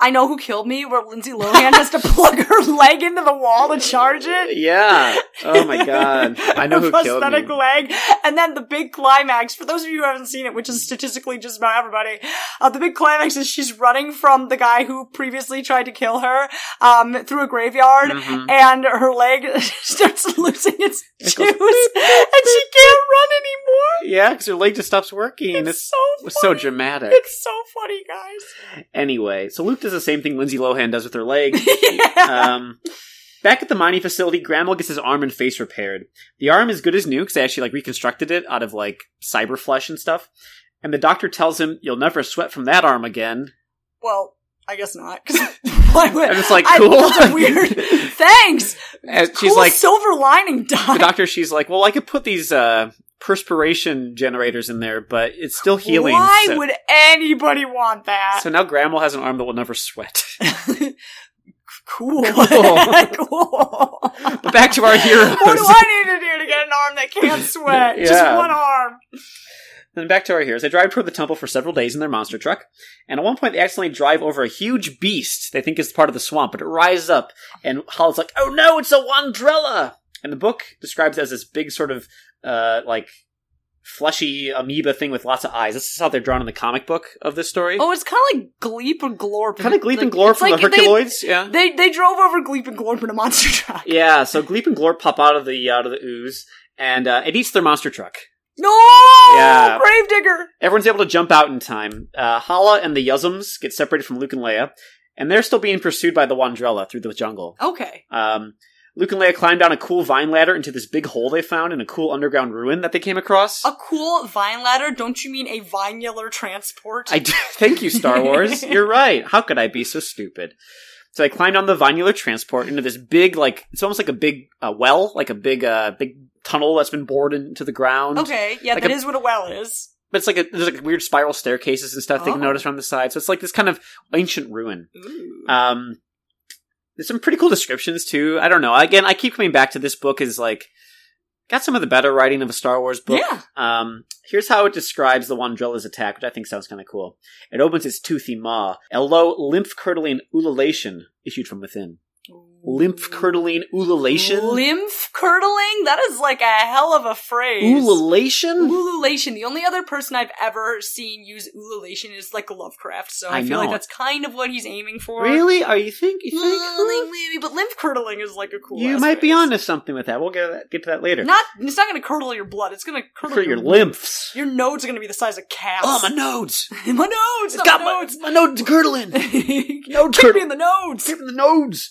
C: I know who killed me where Lindsay Lohan has to <laughs> plug her leg into the wall to charge it.
D: Yeah. Oh my god.
C: <laughs>
D: I know
C: Her
D: who killed
C: prosthetic
D: me.
C: leg. And then the big climax, for those of you who haven't seen it, which is statistically just about everybody, uh, the big climax is she's running from the guy who previously tried to kill her um, through a graveyard,
D: Mhm.
C: and her leg <laughs> starts losing its
D: It
C: juice,
D: goes
C: and she can't run anymore.
D: Yeah, because her leg just stops working. It's,
C: It's so funny.
D: was so dramatic.
C: It's so funny, guys.
D: Anyway, so Luke does the same thing Lindsay Lohan does with her leg. <laughs>
C: yeah.
D: Um, back at the mining facility, Granville gets his arm and face repaired. The arm is good as new because they actually like reconstructed it out of like cyber flesh and stuff. And the doctor tells him, "You'll never sweat from that arm again."
C: Well, I guess not. 'cause <laughs> why would?
D: And it's like,
C: I-
D: cool.
C: that's a weird.
D: <laughs>
C: Thanks.
D: And she's
C: cool
D: like,
C: silver lining, <laughs> Doc.
D: the doctor, she's like, "Well, I could put these uh, perspiration generators in there, but it's still healing."
C: Why
D: so,
C: would anybody want that?
D: so now Granville has an arm that will never <laughs> sweat.
C: cool.
D: Cool.
C: <laughs>
D: <laughs>
C: Cool.
D: but back to our heroes.
C: What do I need to do to get an arm that
D: <laughs>
C: can't sweat? Just
D: Yeah.
C: one arm.
D: Then back to our heroes. They drive toward the temple for several days in their monster truck, and at one point they accidentally drive over a huge beast they think is part of the swamp, but it rises up, and Hall's like, oh no, it's a Wandrella! And the book describes it as this big sort of, uh, like, fleshy amoeba thing with lots of eyes. This is how they're drawn in the comic book of this story.
C: Oh, it's kind of like Gleep and Glorp.
D: kind of Gleep and Glorp
C: It's
D: from the
C: like
D: Herculoids, yeah.
C: They, they they drove over Gleep and Glorp in a monster <laughs> truck.
D: yeah, so Gleep and Glorp pop out of the, out of the ooze, and, uh, it eats their monster truck.
C: No,
D: Yeah.
C: Gravedigger.
D: Everyone's able to jump out in time. Uh, Hala and the Yuzums get separated from Luke and Leia, and they're still being pursued by the Wandrella through the jungle.
C: Okay.
D: Um, Luke and Leia climb down a cool vine ladder into this big hole they found in a cool underground ruin that they came across.
C: A cool vine ladder? Don't you mean a vinular transport?
D: I do- <laughs> thank you, Star Wars. You're right. How could I be so stupid? So I climbed on the vinular transport into this big, like it's almost like a big uh, well, like a big, uh, big tunnel that's been bored into the ground.
C: okay, yeah,
D: Like
C: that
D: a-
C: is what a well is.
D: But it's like a, there's like weird spiral staircases and stuff they can
C: Oh.
D: notice around the side. So it's like this kind of ancient ruin. Um, there's some pretty cool descriptions too. I don't know. Again, I keep coming back to this book is like got some of the better writing of a Star Wars book.
C: Yeah.
D: Um, here's how it describes the Wandrilla's attack, which I think sounds kind of cool. It opens its toothy maw. A low, lymph-curdling ululation issued from within. Lymph-curdling ululation.
C: Lymph curdling? That is like a hell of a phrase.
D: ululation.
C: Ululation. The only other person I've ever seen use ululation is like Lovecraft, so I,
D: I
C: feel like
D: know.
C: that's kind of what he's aiming for.
D: Really? Are you think? You think?
C: Ululating, maybe, but lymph curdling is like a cool.
D: you
C: ass
D: might be
C: phrase.
D: onto something with that. We'll get that, get to that later.
C: Not. It's not going to curdle your blood. It's going to curdle
D: for your lymphs.
C: Your nodes are going to be the size of cats.
D: Oh, my nodes.
C: <laughs> my nodes.
D: It's got
C: my
D: my, <laughs>
C: nodes. <laughs>
D: my nodes curdling.
C: no,
D: curdle.
C: me in the nodes.
D: Give them the nodes.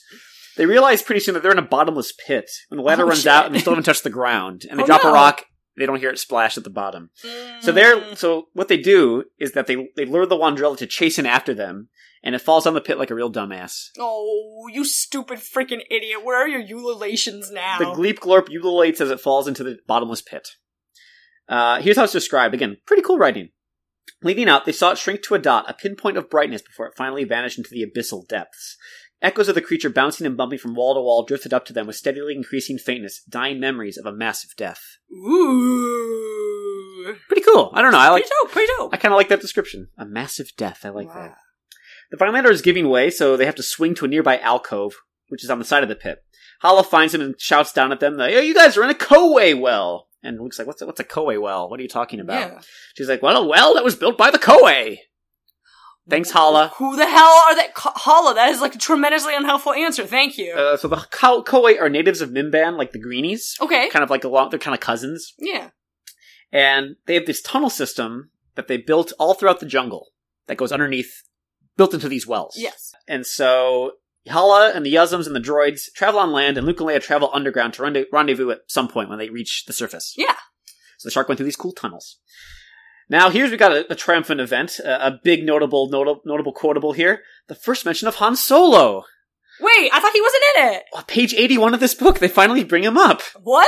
D: They realize pretty soon that they're in a bottomless pit. And the ladder
C: Oh,
D: runs
C: shit.
D: out and they still haven't touched the ground. And they
C: Oh,
D: drop a
C: no.
D: rock. They don't hear it splash at the bottom. So
C: Mm.
D: they're so what they do is that they they lure the Wandrella to chase in after them, and it falls down the pit like a real dumbass.
C: Oh, you stupid freaking idiot! Where are your ululations now?
D: The Gleep Glorp ululates as it falls into the bottomless pit. Uh, here's how it's described. Again, pretty cool writing. Leading out, they saw it shrink to a dot, a pinpoint of brightness before it finally vanished into the abyssal depths. Echoes of the creature bouncing and bumping from wall to wall drifted up to them with steadily increasing faintness, dying memories of a massive death.
C: Ooh,
D: Pretty cool. I don't know. I like.
C: pretty dope, pretty dope.
D: I kind of like that description. A massive death. I like
C: Wow.
D: that. The vine ladder is giving way, so they have to swing to a nearby alcove which is on the side of the pit. Hala finds him and shouts down at them, like, "Hey, you guys are in a Koei well!" And Luke's like, "What's a, what's a Koei well? What are you talking about?" She's like, "Well, a well that was built by the Koei." Thanks, Hala.
C: Who the hell are that? Ka- Hala, that is like a tremendously unhelpful answer. Thank you.
D: Uh, so the Ko- Koei are natives of Mimban, like the Greenies,
C: okay.
D: kind of like a lot. They're kind of cousins,
C: yeah.
D: and they have this tunnel system that they built all throughout the jungle that goes underneath, built into these wells.
C: Yes.
D: And so Hala and the Yuzums and the droids travel on land, and Luke and Leia travel underground to rendez- rendezvous at some point when they reach the surface.
C: Yeah.
D: So the shark went through these cool tunnels. Now, here's we got a, a triumphant event, a, a big notable, notable, notable quotable here. The first mention of Han Solo.
C: Wait, I thought he wasn't in it.
D: On page 81 of this book, they finally bring him up.
C: What?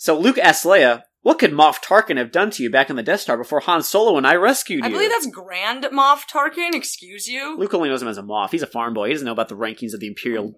D: So Luke asks Leia, what could Moff Tarkin have done to you back in the Death Star before Han Solo and I rescued
C: I
D: you?
C: believe that's Grand Moff Tarkin. Excuse you.
D: Luke only knows him as a Moff. He's a farm boy. He doesn't know about the rankings of the Imperial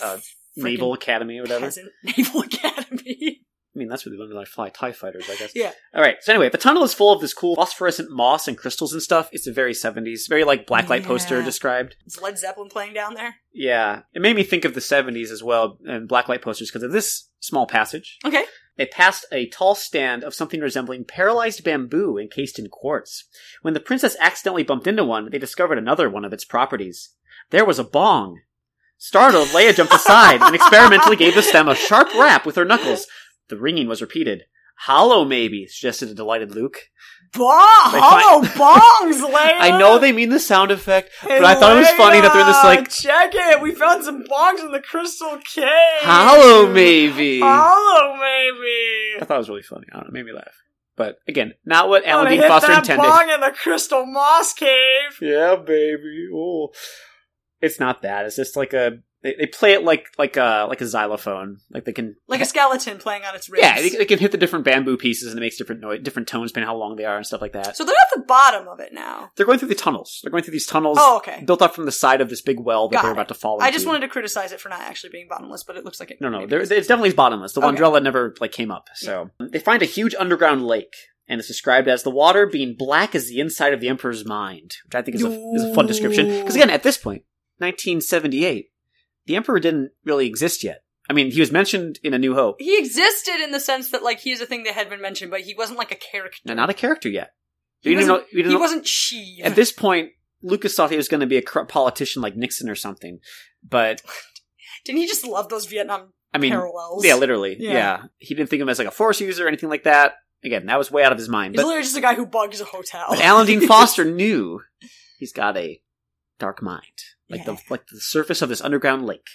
C: Oh
D: uh, Naval Academy or whatever.
C: Peasant <laughs> Naval Academy. <laughs>
D: I mean, that's what they learn to like fly TIE fighters, I guess.
C: Yeah.
D: All right. So anyway, the tunnel is full of this cool phosphorescent moss and crystals and stuff. It's a very 70s, very like blacklight poster
C: Yeah.
D: described.
C: Is Led Zeppelin playing down there?
D: Yeah. It made me think of the 70s as well and blacklight posters because of this small passage.
C: Okay.
D: They passed a tall stand of something resembling paralyzed bamboo encased in quartz. When the princess accidentally bumped into one, they discovered another one of its properties. There was a bong. Startled, Leia jumped aside and experimentally gave the stem a sharp rap with her knuckles. The ringing was repeated. Hollow, maybe, suggested a delighted Luke.
C: Bong!
D: They
C: Hollow bongs, Leia!
D: <laughs> I know they mean the sound effect,
C: Hey,
D: but I thought it was funny that they're
C: Leia,
D: just like,
C: Check it! We found some bongs in the crystal cave!
D: hollow, maybe.
C: Hollow,
D: I
C: maybe!
D: thought it was really funny. I don't know, it made me laugh. But again, not what Alan
C: Wanna
D: Dean
C: hit
D: Foster
C: that
D: intended.
C: bong in the crystal moss cave!
D: Yeah, baby. Oh. It's not that. It's just like a they, they play it like like a like a xylophone. Like they can
C: Like a skeleton playing on its ribs.
D: yeah, they, they can hit the different bamboo pieces and it makes different noise, different tones depending on how long they are and stuff like that.
C: So they're at the bottom of it now.
D: they're going through the tunnels. They're going through these tunnels
C: Oh, okay.
D: built up from the side of this big well that
C: Got
D: they're
C: it.
D: about to fall into.
C: I just wanted to criticize it for not actually being bottomless, but it looks like it.
D: No, no,
C: maybe
D: there,
C: is.
D: it's definitely bottomless. The
C: Okay.
D: Wandrella never like came up. So they find a huge underground lake, and it's described as the water being black as the inside of the Emperor's mind, which I think is a, is a fun description. Because again, at this point, 1978, the Emperor didn't really exist yet. I mean, he was mentioned in A New Hope,
C: He existed in the sense that, like, he is a thing that had been mentioned, but he wasn't like a character.
D: and not a character yet.
C: He
D: We didn't
C: wasn't-
D: know- we didn't
C: he
D: know-
C: wasn't she.
D: At this point, Lucas thought he was going to be a corrupt politician like Nixon or something, but
C: Didn't he just love those Vietnam
D: I mean,
C: parallels?
D: yeah, literally, yeah.
C: Yeah.
D: He didn't think of him as like a force user or anything like that. Again, that was way out of his mind.
C: He's
D: But
C: literally just a guy who bugs a hotel.
D: But Alan Dean Foster knew he's got a dark mind, like the
C: Yeah.
D: like the surface of this underground lake.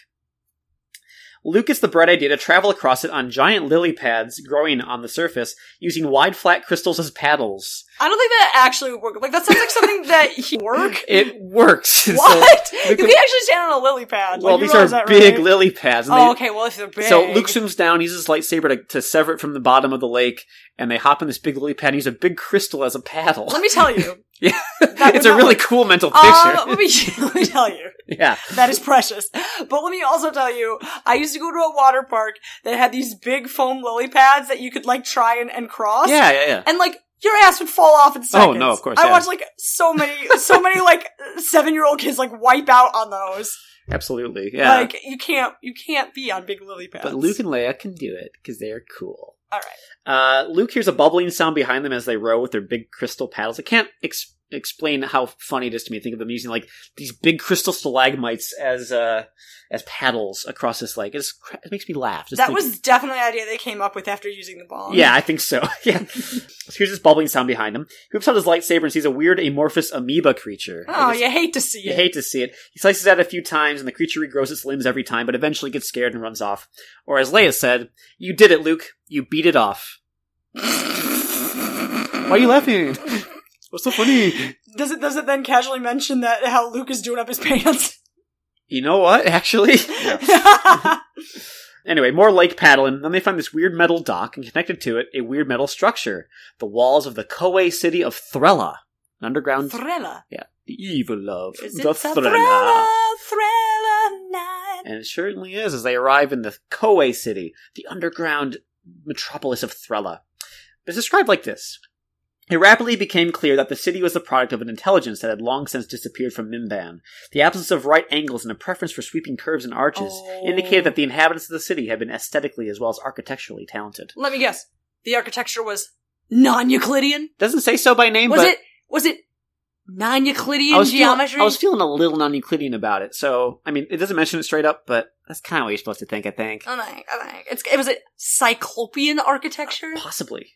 D: Luke gets the bright idea to travel across it on giant lily pads growing on the surface, using wide flat crystals as paddles.
C: I don't think that actually would work. Like that sounds like something
D: <laughs>
C: that he work. <laughs>
D: It works. <laughs> So-
C: What? you
D: Luke-
C: can actually stand on a lily pad.
D: well,
C: like, you
D: these are
C: realize that,
D: big
C: right?
D: lily pads. and they-
C: Oh, okay. Well, if they're big,
D: So Luke zooms down, uses his lightsaber to, to sever it from the bottom of the lake, and they hop in this big lily pad and use a big crystal as a paddle.
C: Let me tell
D: <laughs>
C: you.
D: yeah,
C: that
D: <laughs>
C: would
D: it's a
C: not
D: really cool mental picture. <laughs>
C: Um, let, me, <laughs> let me tell you.
D: yeah.
C: That is precious. But let me also tell you, I used to go to a water park that had these big foam lily pads that you could like try and, and cross.
D: Yeah, yeah, yeah.
C: And like your ass would fall off in seconds.
D: Oh, no, of course,
C: I
D: yeah.
C: watched like so many, so many like <laughs> seven year old kids like wipe out on those.
D: Absolutely. Yeah.
C: Like you can't, you can't be on big lily pads.
D: But Luke and Leia can do it because they're cool.
C: all right.
D: Uh, Luke hears a bubbling sound behind them as they row with their big crystal paddles. I can't ex- explain how funny it is to me. to Think of them using like these big crystal stalagmites as uh, as paddles across this lake. It's, cra- it makes me laugh. Just
C: That
D: think-
C: was definitely an idea they came up with after using the bomb.
D: Yeah, I think so. <laughs> yeah. So here's this bubbling sound behind him. He whips out his lightsaber and sees a weird amorphous amoeba creature. I
C: Oh,
D: just-
C: you hate to see
D: You
C: it.
D: hate to see it. He slices out a few times, and the creature regrows its limbs every time, but eventually gets scared and runs off. Or as Leia said, "You did it, Luke. You beat it off." Why are you laughing? What's so funny?
C: does it? Does it then casually mention that how Luke is doing up his
D: <laughs>
C: pants?
D: You know what? <laughs> Actually. Anyway, more lake paddling. Then they find this weird metal dock, and connected to it, a weird metal structure: the walls of the Koei city of Thrella, an underground.
C: Thriller.
D: yeah, the evil love,
C: Is it
D: the
C: a thriller? Thriller night.
D: And it certainly is as they arrive in the Koei city, the underground metropolis of Thrella. It's described like this It rapidly became clear that the city was the product of an intelligence that had long since disappeared from Mimban. The absence of right angles and a preference for sweeping curves and arches
C: Oh.
D: indicated that the inhabitants of the city had been aesthetically as well as architecturally talented.
C: Let me guess. The architecture was non-Euclidean.
D: Doesn't say so by name,
C: Was
D: but
C: it? Was it non-Euclidean
D: I was, feeling,
C: geometry?
D: I was feeling a little non-Euclidean about it. So, I mean, it doesn't mention it straight up, but that's kind of what you're supposed to think. I think.
C: I think- I think. It's, it was it Cyclopean architecture.
D: Possibly.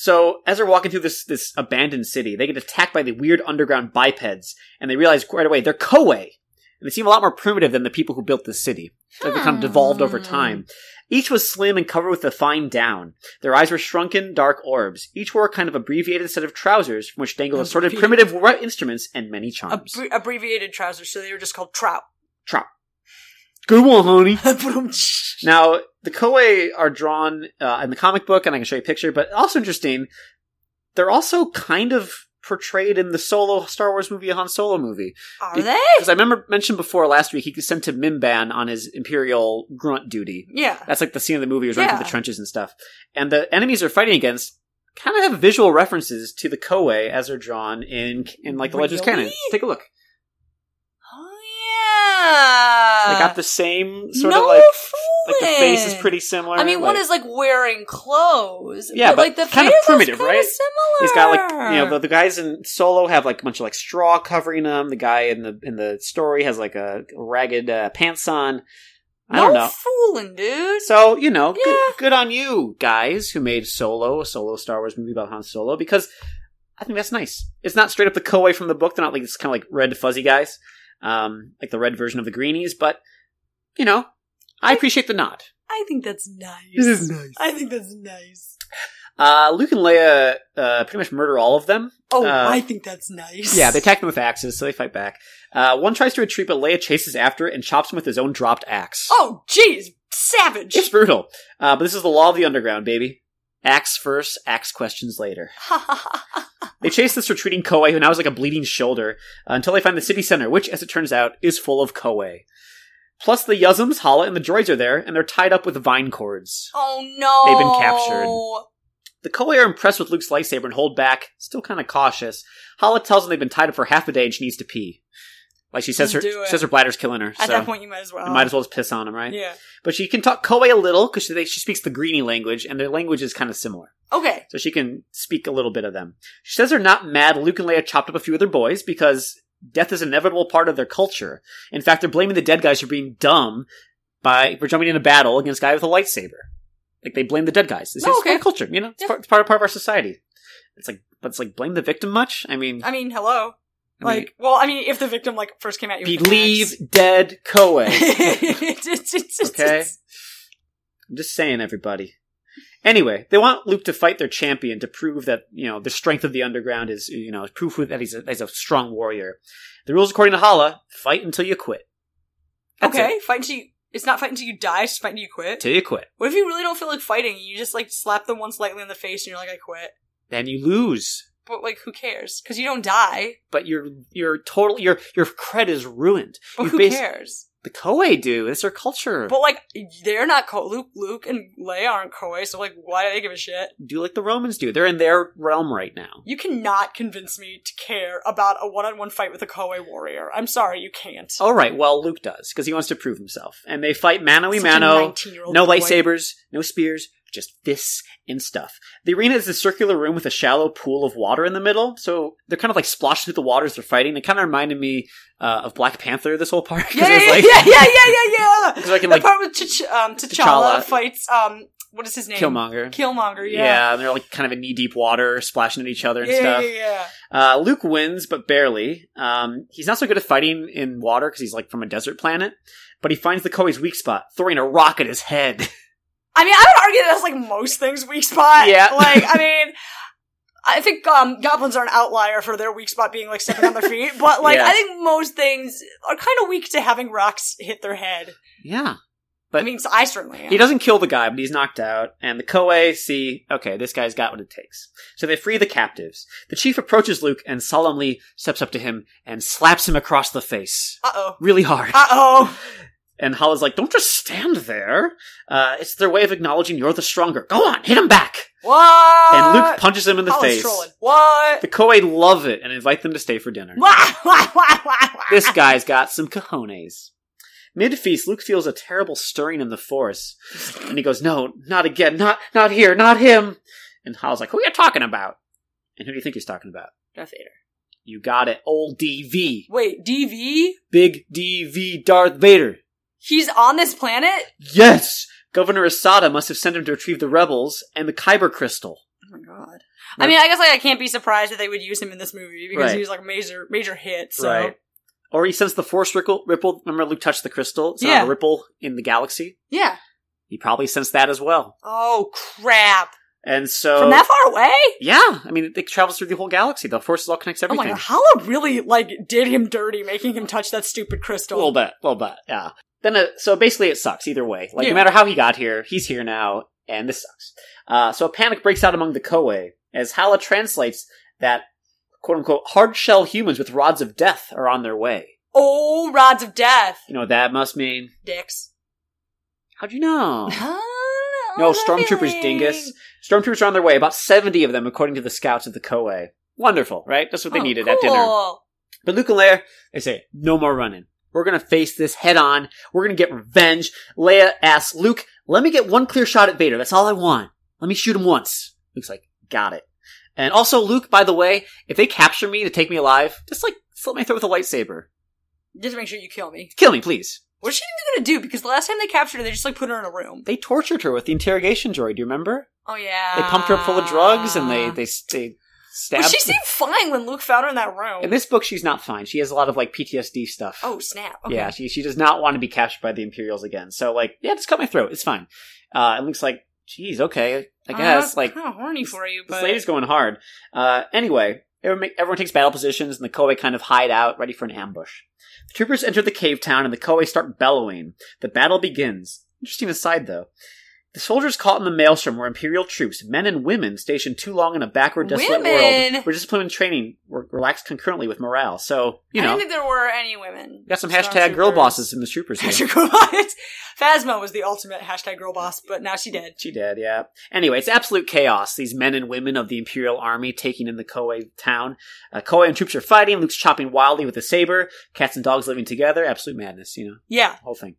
D: So as they're walking through this this abandoned city, they get attacked by the weird underground bipeds, and they realize right away they're Koei. And they seem a lot more primitive than the people who built this city. They've
C: Hmm.
D: become devolved over time. Each was slim and covered with a fine down. Their eyes were shrunken, dark orbs. Each wore a kind of abbreviated set of trousers from which dangled assorted
C: Oh, Abbreviated.
D: primitive war instruments and many charms.
C: Abbre- abbreviated trousers, so they were just called trout.
D: Trap. Good one, <laughs> honey.
C: Boom.
D: Now, the Koei are drawn uh, in the comic book, and I can show you a picture, but also interesting, they're also kind of portrayed in the solo Star Wars movie, a Han Solo movie.
C: Are
D: Be-
C: they?
D: Because I remember mentioned before last week, he was sent to Mimban on his Imperial grunt duty.
C: Yeah.
D: That's like the scene of the movie, he was running through
C: Yeah.
D: the trenches and stuff. And the enemies they're fighting against kind of have visual references to the Koei as they're drawn in, in like the Legends
C: Really?
D: canon. Take a look.
C: Oh yeah.
D: they got the same sort
C: no
D: of like, like
C: fooling.
D: the face is pretty similar.
C: I mean, one
D: like-
C: is like wearing clothes.
D: Yeah,
C: but, like
D: but
C: the
D: kind of
C: face is
D: primitive,
C: kinda
D: right?
C: Similar.
D: He's got like you know the, the guys in Solo have like a bunch of like straw covering them. The guy in the in the story has like a ragged uh, pants on. I
C: no
D: don't know.
C: fooling, dude.
D: So you know,
C: Yeah.
D: good, good on you guys who made Solo a Solo Star Wars movie about Han Solo because I think that's nice. It's not straight up the Koei from the book. They're not like it's kind of like red fuzzy guys, um, like the red version of the Greenies. But you know, I appreciate the nod.
C: I think that's nice.
B: nice.
C: I think that's nice.
D: Uh, Luke and Leia uh, pretty much murder all of them.
C: Oh,
D: Uh,
C: I think that's nice.
D: Yeah, they attack them with axes, so they fight back. Uh, one tries to retreat, but Leia chases after it and chops him with his own dropped axe.
C: Oh, jeez, savage. <laughs>
D: It's brutal. Uh, but this is the law of the underground, baby. Axe first, axe questions later.
C: Oh,
D: They chase this retreating Koei, who now has like a bleeding shoulder, uh, until they find the city center, which, as it turns out, is full of Koei. Plus, the Yuzums, Hala, and the droids are there, and they're tied up with vine cords.
C: oh no,
D: They've been captured. The Koei are impressed with Luke's lightsaber and hold back, still kind of cautious. Hala tells them they've been tied up for half a day and she needs to pee. Like she says,
C: Just
D: her
C: do it.
D: says her bladder's killing her.
C: At
D: so
C: that point, you might as well.
D: you might as well just piss on him, right?
C: Uh, Yeah.
D: But she can talk Koei a little because she, they- she speaks the Greenie language, and their language is kind of similar,
C: Okay.
D: so she can speak a little bit of them. She says they're not mad. Luke and Leia chopped up a few of their boys because death is an inevitable part of their culture. In fact, they're blaming the dead guys for being dumb by for jumping into battle against a guy with a lightsaber. Like they blame the dead guys. This
C: Oh,
D: is part
C: okay.
D: of culture, you know. It's
C: Yeah.
D: part, it's part part of our society. It's like, but it's like blame the victim much. I mean,
C: I mean, hello.
D: I
C: like,
D: mean,
C: well, I mean, if the victim like first came at you, with an
D: believe dead Koei.
C: <laughs> axe.
D: <laughs> Okay? I'm just saying, everybody. Anyway, they want Luke to fight their champion to prove that you know the strength of the underground is you know proof that he's a, he's a strong warrior. The rules according to Hala: fight until you quit. That's
C: okay.
D: it.
C: Fight until you. It's not fight until you die. It's fight until you quit.
D: Until you quit,
C: What if you really don't feel like fighting? and You just like slap them once lightly in the face, and you're like, I quit.
D: then you lose.
C: But like, who cares? Because you don't die.
D: But your your total your your cred is ruined.
C: But
D: You
C: who
D: basi-
C: cares?
D: The Koei do. It's their culture.
C: But like, they're not co- Luke. Luke and Leia aren't Koei, so like, why do they give a shit?
D: do like the Romans do. They're in their realm right now.
C: You cannot convince me to care about a one-on-one fight with a Koei warrior. I'm sorry, you can't.
D: All right. Well, Luke does because he wants to prove himself, and they fight mano a
C: Such a
D: mano.
C: 19-year-old
D: No
C: boy.
D: lightsabers, no spears, just fists and stuff. The arena is a circular room with a shallow pool of water in the middle, so they're kind of like splashed through the water as they're fighting. It kind of reminded me uh, of Black Panther. This whole part, <laughs> 'cause
C: Yeah,
D: it's
C: yeah,
D: like
C: yeah, yeah, yeah, yeah, yeah.
D: <laughs> 'cause I can
C: the
D: like
C: part with T'Ch- um, T'Challa
D: T'Challa.
C: fights um, what is his name?
D: <laughs> Killmonger.
C: Killmonger.
D: yeah.
C: Yeah.
D: and they're like kind of in knee deep water, splashing at each other and
C: yeah,
D: stuff.
C: yeah, yeah.
D: Uh, Luke wins, but barely. Um, he's not so good at fighting in water because he's like from a desert planet. But he finds the Koei's weak spot, throwing a rock at his head. <laughs>
C: I mean, I would argue that that's like most things weak spot.
D: Yeah.
C: <laughs> Like,
D: <laughs>
C: I mean, I think um, goblins are an outlier for their weak spot being like stepping on their feet, but like,
D: Yeah.
C: I think most things are kind of weak to having rocks hit their head.
D: yeah,
C: I
D: But-
C: mean, I certainly am.
D: He doesn't kill the guy, but he's knocked out, and the Koei see, okay, this guy's got what it takes. So they free the captives. The chief approaches Luke and solemnly steps up to him and slaps him across the face.
C: Uh oh.
D: Really hard.
C: Uh oh.
D: And Hala's like, don't just stand there. Uh, it's their way of acknowledging you're the stronger. Go on, hit him back.
C: What?
D: And Luke punches him in the
C: Colin's
D: face.
C: Uh, trolling. What? <laughs>
D: The Koei love it and invite them to stay for dinner.
C: Wah, wah, wah, wah, wah.
D: This guy's got some cojones. Mid feast, Luke feels a terrible stirring in the forest, and he goes, "No, not again! Not, not here! Not him!" And Hal's like, "Who are you talking about?" And who do you think he's talking about?
C: Darth Vader.
D: You got it, old DV,
C: Wait, DV?
D: big DV, Darth Vader.
C: He's on this planet?
D: Yes, Governor Asada must have sent him to retrieve the rebels and the Kyber crystal.
C: Oh my god. I
D: Right.
C: mean, I guess like I can't be surprised that they would use him in this movie because
D: Right.
C: he was like a major major hit. So
D: Or he sends the force ripple. ripple. Remember, Luke touched the crystal. It's
C: Yeah.
D: not a ripple in the galaxy.
C: yeah.
D: He probably sensed that as well.
C: Oh crap!
D: And so
C: From that far away?
D: Yeah, I mean, it, it travels through the whole galaxy. The forces all connects
C: Oh my
D: everything.
C: god, Hala really like did him dirty, making him touch that stupid
D: a
C: crystal.
D: little bit, a little bit. Yeah. Then, uh, so basically, it sucks either way. Like,
C: Yeah.
D: no matter how he got here, he's here now, and this sucks. Uh, so a panic breaks out among the Koei as Hala translates that "quote unquote" hard shell humans with rods of death are on their way.
C: oh, rods of death,
D: You know what that must mean?
C: dicks.
D: How'd you know?
C: Ah,
D: Oh. No,
C: <laughs> I have a
D: stormtroopers,
C: feeling.
D: dingus. Stormtroopers are on their way. About seventy of them, according to the scouts of the Koei. Wonderful, right? That's what they
C: Oh,
D: needed at dinner.
C: cool.
D: But Luke and Leia, they say, no more running. We're gonna face this head on. We're gonna get revenge. Leia asks Luke, let me get one clear shot at Vader. That's all I want. Let me shoot him once. Luke's like, got it. And also, Luke, by the way, if they capture me to take me alive, just like slit my throat with a lightsaber.
C: Just make sure you kill me.
D: Kill me, please.
C: What's she even gonna do? Because the last time they captured her, they just like put her in a room.
D: They tortured her with the interrogation droid. Do you remember?
C: Oh yeah.
D: They pumped her up full of drugs and they they they
C: Well,
D: stabbed.
C: she seemed fine when Luke found her in that room.
D: in this book, she's not fine. She has a lot of like PTSD stuff.
C: oh snap! Okay.
D: Yeah, she she does not want to be captured by the Imperials again. So like, yeah, just cut my throat. It's fine. Uh, and Luke's like, geez, okay, I guess. like,
C: kind of Uh, horny for you,
D: this
C: but
D: lady's going hard. Uh, anyway, everyone, make- everyone takes battle positions, and the Koei kind of hide out, ready for an ambush. The troopers enter the cave town, and the Koei start bellowing. The battle begins. Interesting aside, though. The soldiers caught in the maelstrom were Imperial troops, men and women stationed too long in a backward, desolate
C: Women!
D: world where discipline and training were relaxed concurrently with morale. So, you
C: I
D: know,
C: didn't think there were any women.
D: we got some hashtag girl
C: Stormtroopers.
D: bosses in the troopers
C: <laughs>
D: here.
C: Hashtag girl boss. Phasma was the ultimate hashtag girl boss, but now she dead.
D: She did, yeah. Anyway, it's absolute chaos. These men and women of the Imperial Army taking in the Koei town. Uh, Koei and troops are fighting. Luke's chopping wildly with a saber. Cats and dogs living together. Absolute madness, you know,
C: Yeah.
D: the whole thing.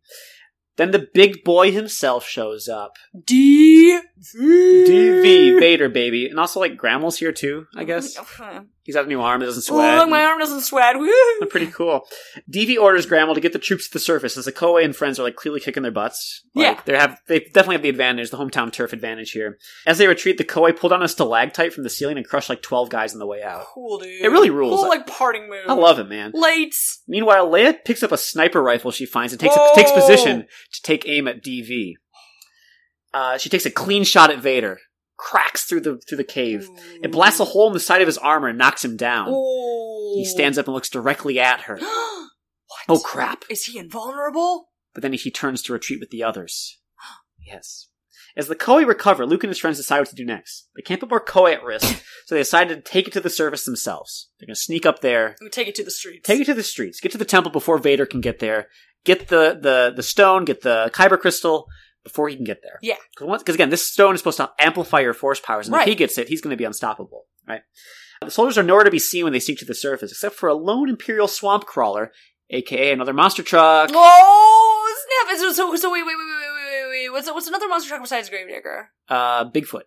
D: Then the big boy himself shows up.
C: D V
D: DV, Vader, baby. And also, like, Grammel's here, too,
C: <laughs>
D: I guess.
C: Oh
D: He's got a new arm that doesn't sweat.
C: Look, Oh my arm doesn't sweat. Woo!
D: Pretty cool. DV orders Grammel to get the troops to the surface, since the Koei and friends are like clearly kicking their butts. Like,
C: Yeah.
D: they have they definitely have the advantage, the hometown turf advantage here. As they retreat, the Koei pull down a stalactite from the ceiling and crush like twelve guys on the way out.
C: Cool, dude.
D: It really rules.
C: Cool, like parting move.
D: I love it, man.
C: Late.
D: Meanwhile, Leia picks up a sniper rifle she finds and takes
C: Whoa!
D: takes position to take aim at DV. Uh, she takes a clean shot at Vader, cracks through the through the cave. It blasts a hole in the side of his armor and knocks him down.
C: Ooh.
D: He stands up and looks directly at her.
C: what?
D: Oh crap!
C: <gasps> Is he invulnerable?
D: but then he turns to retreat with the others. <gasps> yes. As the Koei recover, Luke and his friends decide what to do next. They can't put more Koei
C: <laughs>
D: at risk, so they decide to take it to the surface themselves. They're going to sneak up there,
C: We take it to the streets.
D: take it to the streets, get to the temple before Vader can get there, get the, the, the stone, get the Kyber crystal before he can get there.
C: Yeah.
D: Because again, this stone is supposed to amplify your force powers, and if
C: Right.
D: he gets it, he's going to be unstoppable, right? The soldiers are nowhere to be seen when they sneak to the surface, except for a lone Imperial swamp crawler, aka another monster truck.
C: Oh snap! So, so, so wait, wait, wait, wait, wait, wait, wait. What's what's another monster truck besides Gravedigger?
D: uh, Bigfoot.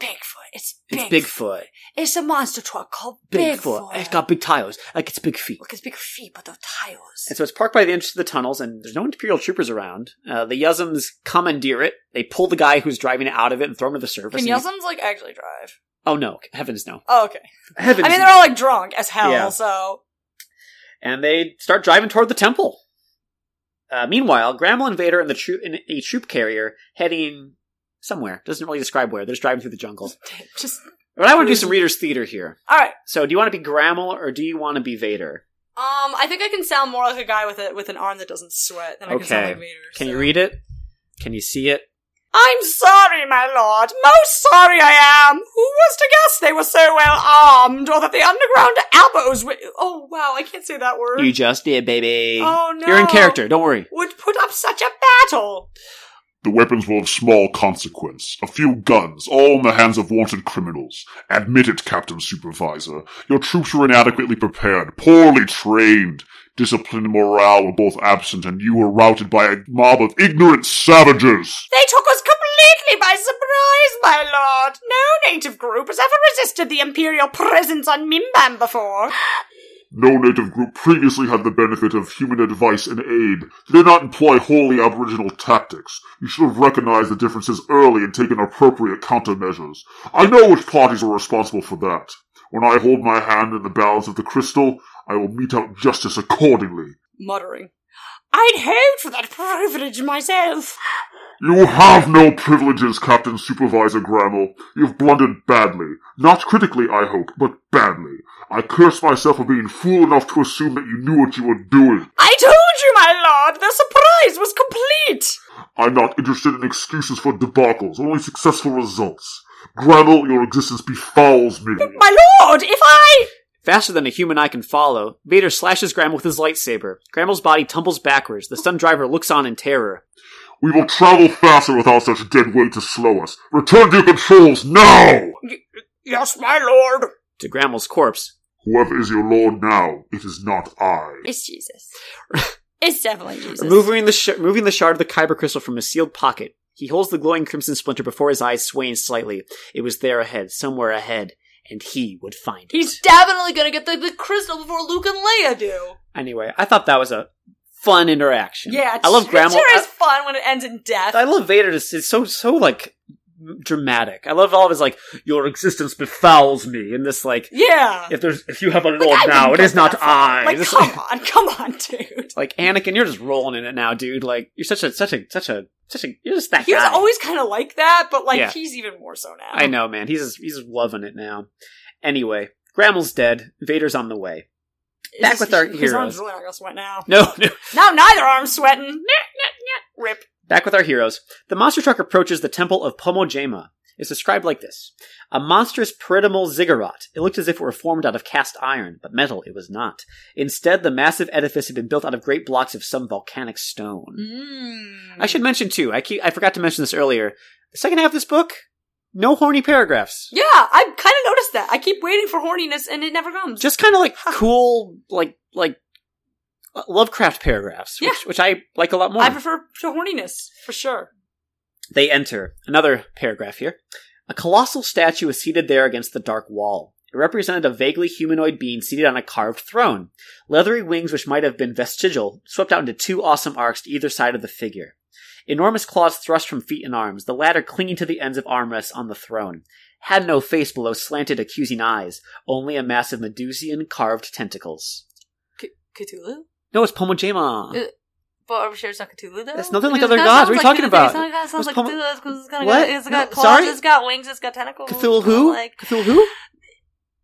C: Bigfoot. It's
D: It's
C: Bigfoot.
D: Bigfoot.
C: It's a monster truck called
D: Bigfoot.
C: Bigfoot.
D: It's got big tires, like it's big feet.
C: Look, it's big feet, but the tires.
D: And so it's parked by the entrance to the tunnels, and there's no Imperial troopers around. Uh, the Yuzums commandeer it. They pull the guy who's driving it out of it and throw him to the surface.
C: Can
D: and he-
C: Yelsums like actually drive?
D: Oh no! Heavens no!
C: Oh, okay.
D: Heavens!
C: I mean,
D: no.
C: they're all like drunk as hell,
D: Yeah.
C: so <laughs>
D: and they start driving toward the temple. Uh, meanwhile, Grammel and Vader and the troop in a troop carrier heading somewhere. Doesn't really describe where. They're just driving through the jungles.
C: just
D: But I want to do some readers' theater here.
C: all right.
D: So, do you want to be Grammel or do you want to be Vader?
C: Um, I think I can sound more like a guy with a with an arm that doesn't sweat than I can sound
D: Okay.
C: like Vader.
D: Can
C: so.
D: you read it? Can you see it?
C: I'm sorry, my lord. Most sorry I am. Who was to guess they were so well armed, or that the underground elbows? Were- oh wow, I can't say that word.
D: You just did, baby.
C: Oh, no.
D: You're in character. Don't worry.
C: would put up such a battle.
F: The weapons were of small consequence, a few guns, all in the hands of wanted criminals. Admit it, Captain Supervisor. Your troops were inadequately prepared, poorly trained. Discipline and morale were both absent, and you were routed by a mob of ignorant savages.
C: They took us completely by surprise, my lord. No native group has ever resisted the imperial presence on Mimbam before. <gasps>
F: No native group previously had the benefit of human advice and aid. They did not employ wholly aboriginal tactics. You should have recognized the differences early and taken appropriate countermeasures. I know which parties are responsible for that. When I hold my hand in the balance of the crystal, I will mete out justice accordingly.
C: Muttering. I'd hoped for that privilege myself.
F: You have no privileges, Captain Supervisor Grammel. You've blundered badly. Not critically, I hope, but badly. I curse myself for being fool enough to assume that you knew what you were doing.
C: I told you, my lord, the surprise was complete.
F: I'm not interested in excuses for debacles, only successful results. Grammel, your existence befouls me.
C: My lord, if I.
D: Faster than a human eye can follow, Vader slashes Grammel with his lightsaber. Grammel's body tumbles backwards. The stunned driver looks on in terror.
F: We will travel faster without such dead weight to slow us. Return to your controls now!
B: Yes, my lord.
D: To Grammel's corpse,
F: Whoever is your lord now, it is not I.
C: It's
D: <laughs>
C: Jesus. it's definitely Jesus.
D: Removing the, sh- moving the shard of the Kyber crystal from his sealed pocket, he holds the glowing crimson splinter before his eyes, swaying slightly. It was there ahead, somewhere ahead, and he would find it.
C: He's definitely gonna get the, the crystal before Luke and Leia do.
D: anyway, I thought that was a fun interaction.
C: Yeah,
D: I love Grammel.
C: Sure is
D: I,
C: fun when it ends in death.
D: I love Vader. It's, it's so so like dramatic. I love all of his like your existence befouls me, and this like
C: yeah.
D: if there's if you have a lord
C: I
D: now,
C: wouldn't
D: it
C: go
D: is not
C: that far.
D: I. <laughs>
C: Like,
D: This-
C: come on, come on, dude.
D: like Anakin, you're just rolling in it now, dude. Like you're such a such a such a such a you're just that
C: He was
D: guy.
C: always kind of like that, but like
D: Yeah.
C: he's even more so now.
D: I know, man. He's just, he's loving it now. Anyway, Grammel's dead. Vader's on the way. <laughs>
C: It's
D: Back
C: just-
D: with our
C: his
D: heroes.
C: arms really aren't gonna sweat now.
D: No, no.
C: Now neither arm's sweating. Nyeh, nyeh, nyeh. Rip.
D: Back with our heroes. The monster truck approaches the temple of Pomojema. It's described like this A monstrous pyramidal ziggurat. It looked as if it were formed out of cast iron, but metal it was not. Instead, the massive edifice had been built out of great blocks of some volcanic stone.
C: Mm.
D: I should mention, too, I, keep, I forgot to mention this earlier. The second half of this book, no horny paragraphs.
C: Yeah, I kind of noticed that. I keep waiting for horniness and it never comes.
D: Just kind of like cool, like, like, Lovecraft paragraphs,
C: Yeah.
D: which, which I like a lot more.
C: I prefer to horniness for sure.
D: They enter. Another paragraph here. A colossal statue is seated there against the dark wall. It represented a vaguely humanoid being seated on a carved throne. Leathery wings, which might have been vestigial, swept out into two awesome arcs to either side of the figure. Enormous claws thrust from feet and arms, the latter clinging to the ends of armrests on the throne. Had no face below slanted, accusing eyes, only a mass of Medusian carved tentacles.
B: C- Cthulhu?
D: No, it's Pomojima.
B: Uh, But I'm sure it's not Cthulhu, though.
D: It's nothing like
B: Because
D: other
B: it kinda sounds
D: gods. What are you
B: like
D: talking
B: Cthulhu.
D: about?
B: It's not kinda sounds
D: What's
B: like
D: Pomo-
B: Cthulhu. It's 'cause it's kinda
D: What?
B: got, it's got
D: No,
B: claws,
D: sorry?
B: it's got wings, it's got tentacles. it's kinda
D: Cthulhu?
B: Like,
D: Cthulhu?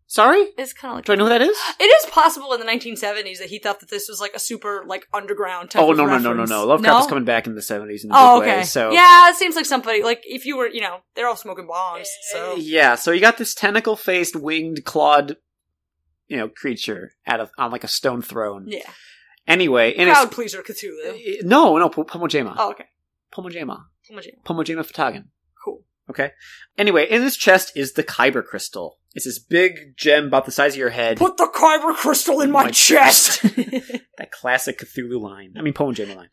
D: Sorry?
B: it's kind of like
D: Do I know who that is?
B: It
C: It is possible in the 1970s that he thought that this was like a super like underground type
D: Oh
C: of
D: no no no no
C: reference.
D: no! Lovecraft was coming back in the seventies in a
C: Oh
D: big
C: okay.
D: way. So
C: yeah, it seems like somebody like if you were you know they're all smoking bombs. So
D: yeah. So you got this tentacle-faced, winged, clawed, you know, creature out of on like a stone throne.
C: yeah,
D: Anyway, and
C: crowd
D: it's, eh,
C: pleaser Cthulhu.
D: no no P- Pomojima
C: Oh okay,
D: Pomojima
C: Pomojima.
D: Pomojima Fatagan.
C: cool.
D: Okay. Anyway, in his chest is the Kyber crystal. It's this big gem about the size of your head.
C: Put the kyber crystal in my,
D: My
C: chest. <laughs>
D: that classic Cthulhu line. I mean Pomojima line.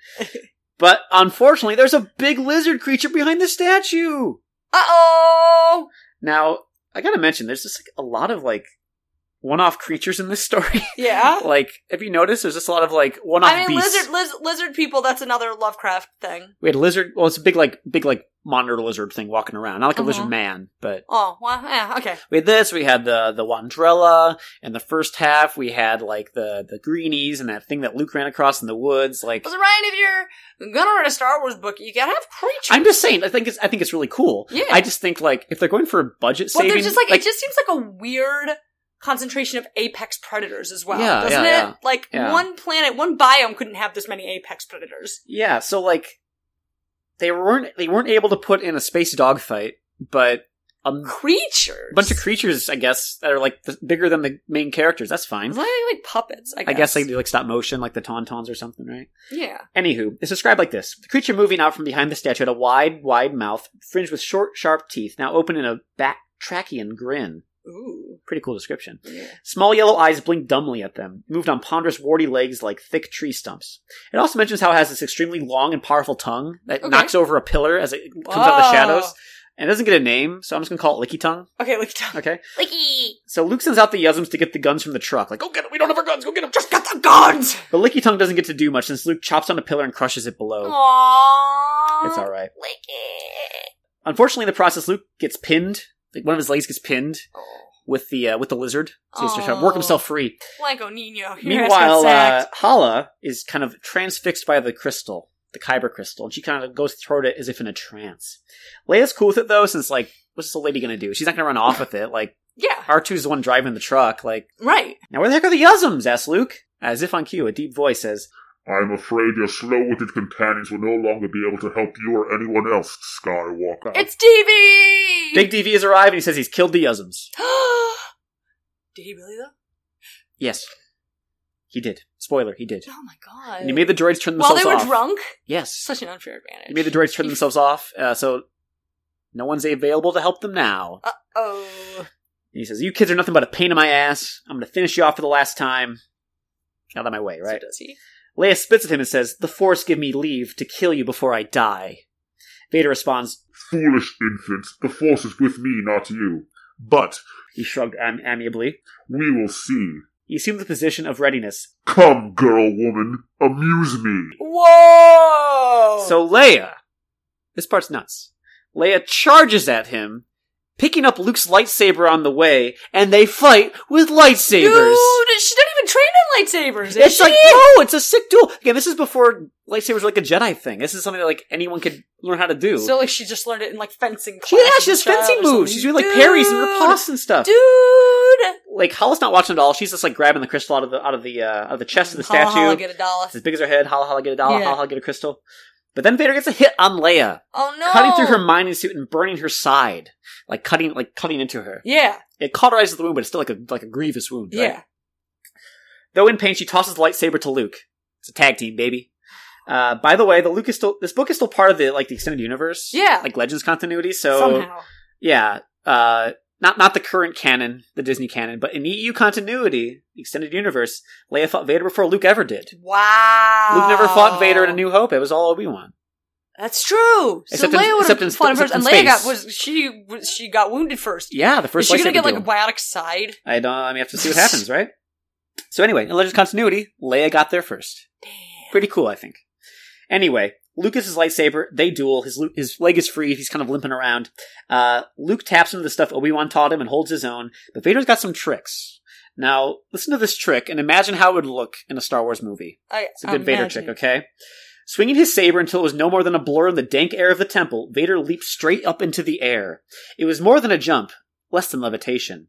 D: but unfortunately, there's a big lizard creature behind the statue.
C: uh oh.
D: Now, I gotta mention, there's just like a lot of like one-off creatures in this story. <laughs>
C: Yeah.
D: like, have you noticed? There's just a lot of like one-off
C: I mean,
D: beasts.
C: lizard, liz- lizard people. That's another Lovecraft thing.
D: we had a lizard. Well, it's a big like big like monitor lizard thing walking around, not like a
C: Uh-huh.
D: lizard man, but
C: Oh, well, yeah, okay.
D: we had this. We had the the Wandrella, and the first half we had like the the greenies and that thing that Luke ran across in the woods. Like,
C: Because Ryan, if you're gonna write a Star Wars book, you gotta have creatures.
D: I'm just saying, I think it's I think it's really cool.
C: Yeah.
D: I just think like if they're going for budget
C: Well,
D: saving,
C: they're just like, it just seems like a weird concentration of apex predators as well,
D: Yeah,
C: doesn't
D: yeah,
C: it?
D: yeah.
C: Like
D: Yeah.
C: one planet, one biome couldn't have this many apex predators.
D: Yeah, so like they weren't they weren't able to put in a space dogfight, but a
B: Creatures.
D: Mm. bunch of creatures, I guess, that are like th- bigger than the main characters. That's fine.
B: It's like, like puppets, I guess.
D: I guess they do like stop motion, like the Tauntauns or something, right?
B: Yeah.
D: Anywho, it's described like this. The creature moving out from behind the statue had a wide, wide mouth, fringed with short, sharp teeth, now open in a backtrachian grin.
B: Ooh.
D: Pretty cool description.
B: Yeah.
D: Small yellow eyes blinked dumbly at them, moved on ponderous, warty legs like thick tree stumps. It also mentions how it has this extremely long and powerful tongue that
B: Okay.
D: knocks over a pillar as it comes out of the
C: Wow.
D: shadows. And it doesn't get a name, so I'm just gonna call it Licky Tongue.
C: Okay, like down.
D: Okay?
B: Licky.
D: So Luke sends out the Yuzums to get the guns from the truck. Like, go get them, we don't have our guns, go get them, just get them!
C: Guns.
D: But Licky Tongue doesn't get to do much since Luke chops on a pillar and crushes it below.
B: Aww.
D: Oh. It's alright.
B: Licky.
D: Unfortunately, in the process, Luke gets pinned. Like one of his legs gets pinned
B: Oh.
D: with the uh, with the lizard, so he has to try to
B: Aw.
D: work himself free.
B: Blanco Nino. Your ass got
D: Meanwhile, uh,
B: sacked.
D: Hala is kind of transfixed by the crystal, the kyber crystal, and she kind of goes through it as if in a trance. Leia's cool with it though, since like, what's the lady gonna do? She's not gonna run off with it. Like
B: yeah,
D: R 2s the one driving the truck. Like
B: right.
D: now, where the heck are the Yuzums? asks Luke. As if on cue, a deep voice says,
F: I am afraid your slow-witted companions will no longer be able to help you or anyone else, Skywalker.
B: It's TV.
D: "Big DV has arrived," and he says he's killed the Yuzums.
B: <gasps> Did he really though?
D: Yes, he did. Spoiler, he did.
B: Oh my god.
D: And he made the droids turn
B: While
D: themselves
B: they were
D: off.
B: drunk.
D: Yes,
B: Such an unfair advantage.
D: He made the droids
B: <laughs>
D: turn
B: He-
D: themselves off, uh, so no one's available to help them now.
B: Oh.
D: And he says, "You kids are nothing but a pain in my ass. I'm going to finish you off for the last time. Get Out of my way,
B: So
D: right?"
B: does he?
D: Leia spits at him and says, "The Force give me leave to kill you before I die." Vader responds,
F: Foolish infant, the force is with me, not you. But
D: he shrugged am- amiably.
F: we will see.
D: He assumed the position of readiness.
F: Come, girl woman, amuse me.
C: Whoa.
D: So Leia, this part's nuts. Leia charges at him, picking up Luke's lightsaber on the way, and they fight with lightsabers.
C: dude, she didn't even train on lightsabers.
D: It's like no, it's a sick duel. Again, this is before lightsabers were like a Jedi thing. This is something that like anyone could learn how to do.
C: so like she just learned it in like fencing class.
D: she, yeah, she
C: as
D: does
C: a child
D: fencing
C: or
D: moves.
C: something.
D: She's doing like
C: Dude.
D: parries and riposte and stuff.
B: Dude.
D: Like Hala's not watching at all. She's just like grabbing the crystal out of the out of the uh, out of the chest of the
B: Holla,
D: statue.
B: holla, Oh, get a dollar.
D: it's as big as her head. Hala Hala get a dollar.
B: Yeah.
D: Hala Hala get a crystal. But then Vader gets a hit on Leia,
B: Oh no.
D: cutting through her mining suit and burning her side, like cutting like cutting into her.
C: Yeah,
D: It cauterizes the wound, but it's still like a like a grievous wound. right?
C: yeah.
D: Though in pain, she tosses the lightsaber to Luke. It's a tag team, baby. Uh, by the way, the Luke is still this book is still part of the like the extended universe,
C: Yeah.
D: like Legends continuity. So
C: Somehow.
D: yeah, uh, not not the current canon, the Disney canon, but in EU continuity, the extended universe, Leia fought Vader before Luke ever did.
B: Wow.
D: Luke never fought Vader in
C: Oh.
D: A New Hope. It was all Obi Wan.
B: That's true.
D: Except
B: so
D: in-
B: Leia would
D: except in-
B: have fought him first, and
D: except in
B: Leia got
D: space.
B: was she was, she got wounded first.
D: Yeah, the first
C: Is she gonna
D: lightsaber
C: get like a
D: duel.
C: bionic side?
D: I don't. I mean, have to see what happens, right? So anyway, in Legends continuity, Leia got there first. Pretty cool, I think. Anyway, Lucas's lightsaber. They duel. His lu- his leg is free. He's kind of limping around. Uh, Luke taps into the stuff Obi Wan taught him and holds his own. But Vader's got some tricks. Now, listen to this trick and imagine how it would look in a Star Wars movie.
C: I,
D: It's a good Vader
C: imagine.
D: trick, okay? Swinging his saber until it was no more than a blur in the dank air of the temple, Vader leaped straight up into the air. It was more than a jump, less than levitation.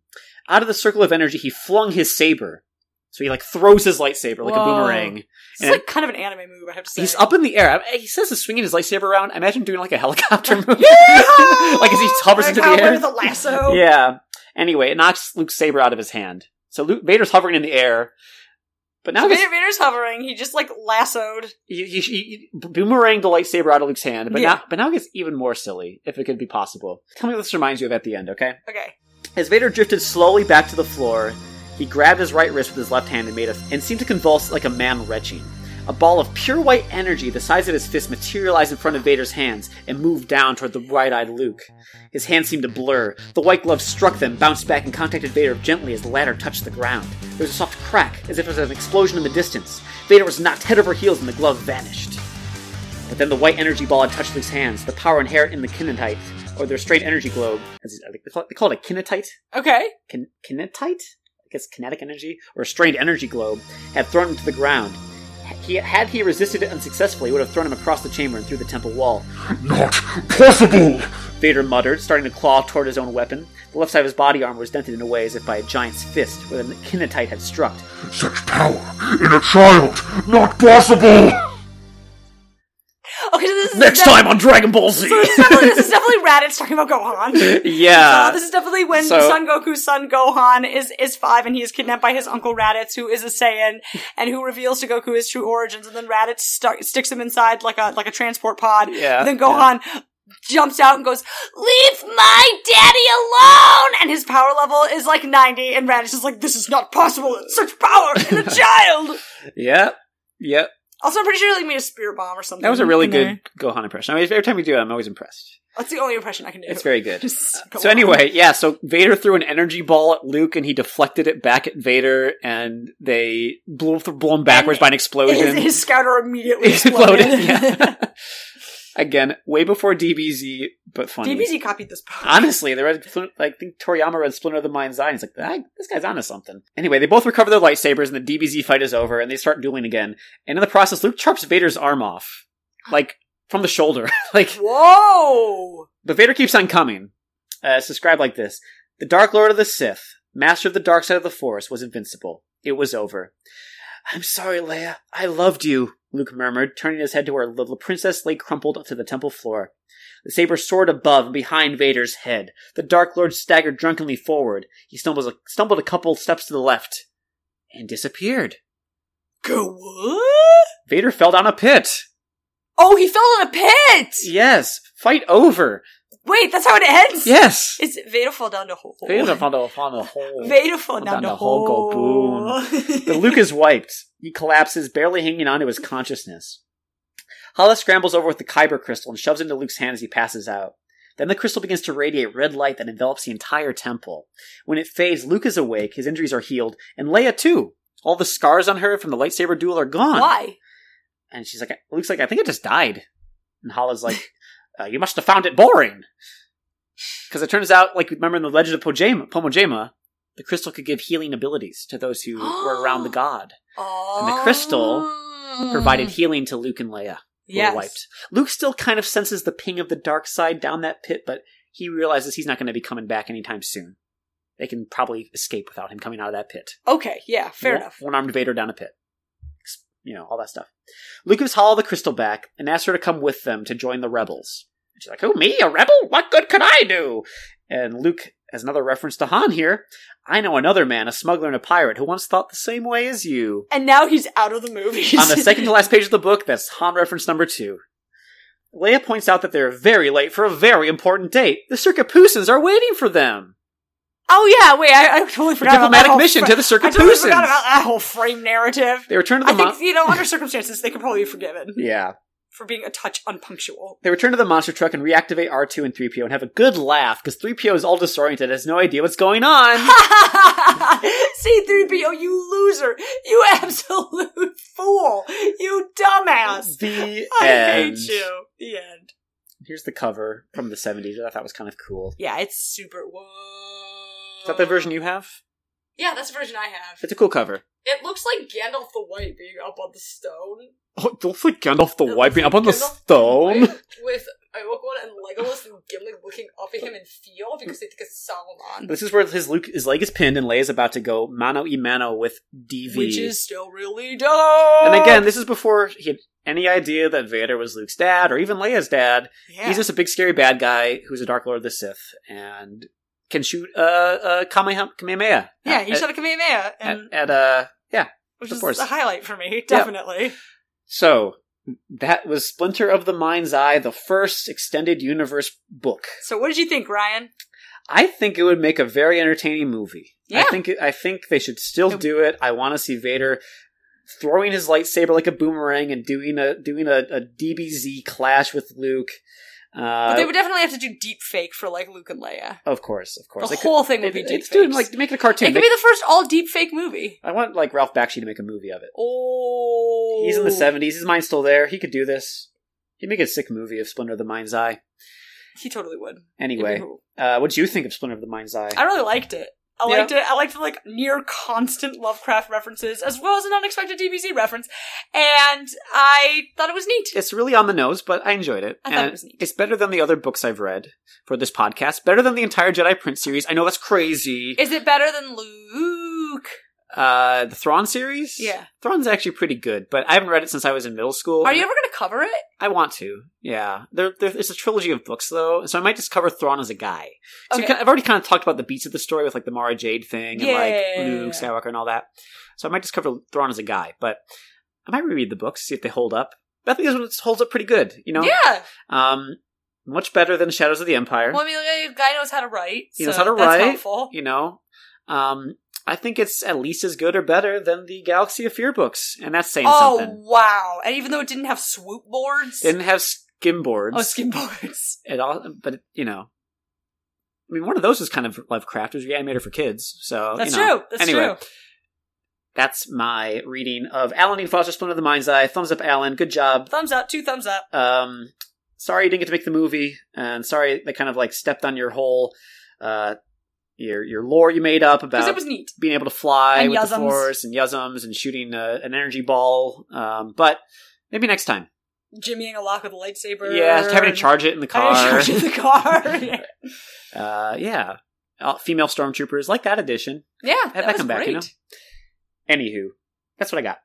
D: Out of the circle of energy, he flung his saber. So he like throws his lightsaber like a
C: Whoa.
D: boomerang.
C: It's like kind of an anime move. I have to say.
D: He's up in the air. I- He says he's swinging his lightsaber around. I imagine doing like
C: <laughs>
D: a helicopter move. like as he hovers into the
C: Oh, Like,
D: air.
C: with a lasso.
D: <laughs> Yeah. Anyway, it knocks Luke's saber out of his hand. So Luke, Vader's hovering in the air. But now
C: So
D: he's
C: Vader- Vader's hovering. He just like lassoed.
D: you, you, you boomerang the lightsaber out of Luke's hand, but
C: Yeah.
D: now but now it gets even more silly, if it could be possible. Tell me what this reminds you of at the end, okay?
C: Okay.
D: As Vader drifted slowly back to the floor, he grabbed his right wrist with his left hand and made a and seemed to convulse like a man retching. A ball of pure white energy the size of his fist materialized in front of Vader's hands and moved down toward the wide-eyed Luke. His hands seemed to blur. The white glove struck them, bounced back, and contacted Vader gently as the latter touched the ground. There was a soft crack, as if it was an explosion in the distance. Vader was knocked head over heels and the glove vanished. But then the white energy ball had touched Luke's hands, the power inherent in the kinetite, or their straight energy globe. As they call it, they call it a kinetite?
C: Okay.
D: kin- kinetite, I guess kinetic energy, or a strained energy globe, had thrown him to the ground. He, had he resisted it unsuccessfully, it would have thrown him across the chamber and through the temple wall.
F: Not possible!
D: Vader muttered, starting to claw toward his own weapon. The left side of his body armor was dented in a way as if by a giant's fist, where the kinetite had struck.
F: Such power in a child! Not possible!
B: Okay, so this
C: is
G: Next
C: def-
G: time on Dragon Ball Z.
C: So this is definitely,
D: <laughs>
C: this is definitely Raditz talking about Gohan. Uh,
D: yeah.
C: this is definitely when
D: So-
C: Son Goku's son Gohan is is five, and he is kidnapped by his uncle Raditz, who is a
D: <laughs>
C: Saiyan, and who reveals to Goku his true origins. And then Raditz stu- sticks him inside like a like a transport pod.
D: Yeah,
C: then Gohan jumps out and goes, "Leave my daddy alone!" And his power level is like ninety, and Raditz is like, "This is not possible! Such power in
D: <laughs>
C: a child!"
D: Yep. Yep.
C: Also, I'm pretty sure they made a spear bomb or something.
D: That was a really
H: in
D: good Gohan impression. I mean, every time we do it, I'm always impressed.
C: That's the only impression I can do.
D: It's very good.
C: <laughs> Just
D: So
C: Gohan.
D: anyway, yeah, so Vader threw an energy ball at Luke and he deflected it back at Vader and they blew blew him backwards by an
C: his,
D: explosion.
C: his scouter immediately
D: <laughs> It
C: exploded. <laughs>
D: exploded. yeah. Again, way before DBZ, but funny.
C: DBZ copied this post.
D: <laughs> Honestly, there was I think Toriyama read Splinter of the Mind's Eye, and he's like, "Ah, "This guy's onto something." Anyway, they both recover their lightsabers, and the DBZ fight is over, and they start dueling again. And in the process, Luke chops Vader's arm off, like from the shoulder. <laughs> like,
C: Whoa!
D: but Vader keeps on coming. Uh, it's described like this: The Dark Lord of the Sith, master of the dark side of the Force, was invincible. It was over. I'm sorry, Leia. I loved you. Luke murmured, turning his head to where the princess lay crumpled to the temple floor. The saber soared above and behind Vader's head. The Dark Lord staggered drunkenly forward. He stumbles, stumbled a couple steps to the left and disappeared.
C: Go what?
D: Vader fell down a pit.
C: Oh, he fell in a pit!
D: Yes, fight over.
C: Wait, that's how it ends?
D: Yes,
C: It's Vader fall down the hole.
D: Vader fell down upon the hole.
C: <laughs> Vader fall down, the, hole.
D: go
C: <laughs>
D: But Luke is wiped. He collapses, barely hanging on to his consciousness. Hala scrambles over with the Kyber crystal and shoves it into Luke's hand as he passes out. Then the crystal begins to radiate red light that envelops the entire temple. When it fades, Luke is awake, his injuries are healed, and Leia too. All the scars on her from the lightsaber duel are gone.
C: Why?
D: And she's like, Luke's like, I think it just died. And Hala's like, <laughs> uh, you must have found it boring. Because it turns out, like, remember in the Legend of Pojama, Pomojama, the crystal could give healing abilities to those who were around the god.
C: Oh.
D: the crystal Provided healing to Luke and Leia. who were
C: Mm. yes.
D: Wiped. Luke still kind of senses the ping of the dark side down that pit, but he realizes he's not going to be coming back anytime soon. They can probably escape without him coming out of that pit.
C: Okay, yeah, fair
D: One-
C: enough.
D: One armed Vader down a pit. Ex- You know, all that stuff. Luke gives Hala the crystal back and asks her to come with them to join the rebels. She's like, Who, me? A rebel? What good could I do? And Luke has another reference to Han here. I know another man, a smuggler and a pirate, who once thought the same way as you.
C: And now he's out of the movies.
D: On the second to last page of the book, that's Han reference number two. Leia points out that they're very late for a very important date. The Circapoosans are waiting for them.
C: <laughs> oh, yeah, wait, I, I totally forgot about that
D: diplomatic
C: whole
D: mission
C: fra-
D: to the
C: I totally
D: Circapoosans.
C: forgot about that whole frame narrative.
D: They return to the
C: I
D: mon-
C: think, you know, under circumstances, they could probably be forgiven
D: <laughs> Yeah.
C: for being a touch unpunctual.
D: They return to the monster truck and reactivate R2 and 3PO and have a good laugh because 3PO is all disoriented, has no idea what's
C: <laughs>
D: going on.
C: C3PO, you loser! You absolute <laughs> fool! You dumbass!
D: the
C: I
D: end.
C: hate you. The end.
D: Here's the cover from the 70s that I thought was kind of cool.
C: Yeah, it's super. Whoa.
D: Is
C: Oh.
D: that the version you have?
C: Yeah, that's the version I have.
D: It's a cool cover.
C: It looks like Gandalf the White being up on the stone.
D: Oh, don't flick Gandalf the
C: It
D: White being
C: looks
D: up on the
C: like Gandalf
D: stone.
C: the White With Iroquois and Legolas and Gimli looking up at him and feel because they think it's Solomon.
D: This is where his Luke, his leg is pinned and Leia's about to go mano y mano with DV.
C: Which is still really dope!
D: and again, this is before he had any idea that Vader was Luke's dad or even Leia's dad.
C: yeah.
D: He's just a big scary bad guy who's a Dark Lord of the Sith and can shoot uh, uh, Kamehameha. Kamehameha
C: yeah,
D: at,
C: he shot a Kamehameha,
D: at,
C: and,
D: at, uh, yeah.
C: which
D: of
C: is
D: course.
C: a highlight for me, definitely.
D: So that was Splinter of the Mind's Eye, the first extended universe book.
C: So, what did you think, Ryan?
D: I think it would make a very entertaining movie. I
C: Yeah.
D: think I think they should still do it. I want to see Vader throwing his lightsaber like a boomerang and doing a doing a, a DBZ clash with Luke.
C: But
D: Uh,
C: they would definitely have to do deep fake for like Luke and Leia.
D: of course, of course.
C: The
D: They could-
C: whole thing
D: they-
C: would be deep.
D: it's doing like make it a cartoon.
C: it could be
D: Make-
C: the first all deep fake movie.
D: I want like Ralph Bakshi to make a movie of it.
C: Oh,
D: He's in the seventies. His mind's still there. He could do this. He'd make a sick movie of Splinter of the Mind's Eye.
C: He totally would. It'd be
D: Anyway,
C: cool.
D: uh, what do you think of Splinter of the Mind's Eye?
C: I really liked it. I
D: Yeah.
C: liked it. I liked the like near constant Lovecraft references as well as an unexpected DBZ reference, and I thought it was neat.
D: It's really on the nose, but I enjoyed it.
C: I thought it
D: And
C: was neat.
D: It's better than the other books I've read for this podcast. Better than the entire Jedi print series. I know that's crazy.
C: Is it better than Luke?
D: Uh, the Thrawn series?
B: Yeah.
D: Thrawn's actually pretty good, but I haven't read it since I was in middle school.
B: Are you ever going to cover it?
D: I want to. Yeah. There, there, it's a trilogy of books, though, so I might just cover Thrawn as a guy. So
B: Okay.
D: kind- I've already kind of talked about the beats of the story with, like, the Mara Jade thing and,
B: Yeah,
D: like,
B: yeah, yeah,
D: Luke
B: yeah.
D: Skywalker and all that. So I might just cover Thrawn as a guy, but I might reread the books, see if they hold up. But I think this one holds up pretty good, you know?
B: Yeah.
D: Um, much better than Shadows of the Empire.
B: Well, I mean, like, a guy knows how to write.
D: He
B: so
D: knows how to
B: that's
D: write.
B: Helpful.
D: you know um i think it's at least as good or better than the galaxy of fear books and that's saying
B: Oh
D: something
B: wow! And even though it didn't have swoop boards,
D: didn't have skim boards
B: oh skim boards. <laughs>
D: it all but you know i mean one of those is kind of lovecraft it was reanimator for kids so
B: That's
D: you know,
B: true. That's
D: anyway
B: true.
D: that's my reading of alan e foster splinter of the mind's eye thumbs up alan good job
B: Thumbs up, two thumbs up.
D: um sorry you didn't get to make the movie and sorry they kind of like stepped on your whole uh your your lore you made up
B: Because
D: about
B: it was neat.
D: being able to fly
B: And
D: with the
B: yuzums.
D: force and yuzums and shooting uh an energy ball. Um, but maybe next time.
B: Jimmying a lock with a lightsaber.
D: Yeah, having to charge it in the
B: <laughs> Having to
D: car.
B: charge in the car. yeah,
D: <laughs> uh, yeah, Uh, female stormtroopers like that edition.
B: yeah that,
D: Have that,
B: was
D: come back,
B: great.
D: you know. Anywho, that's what I got.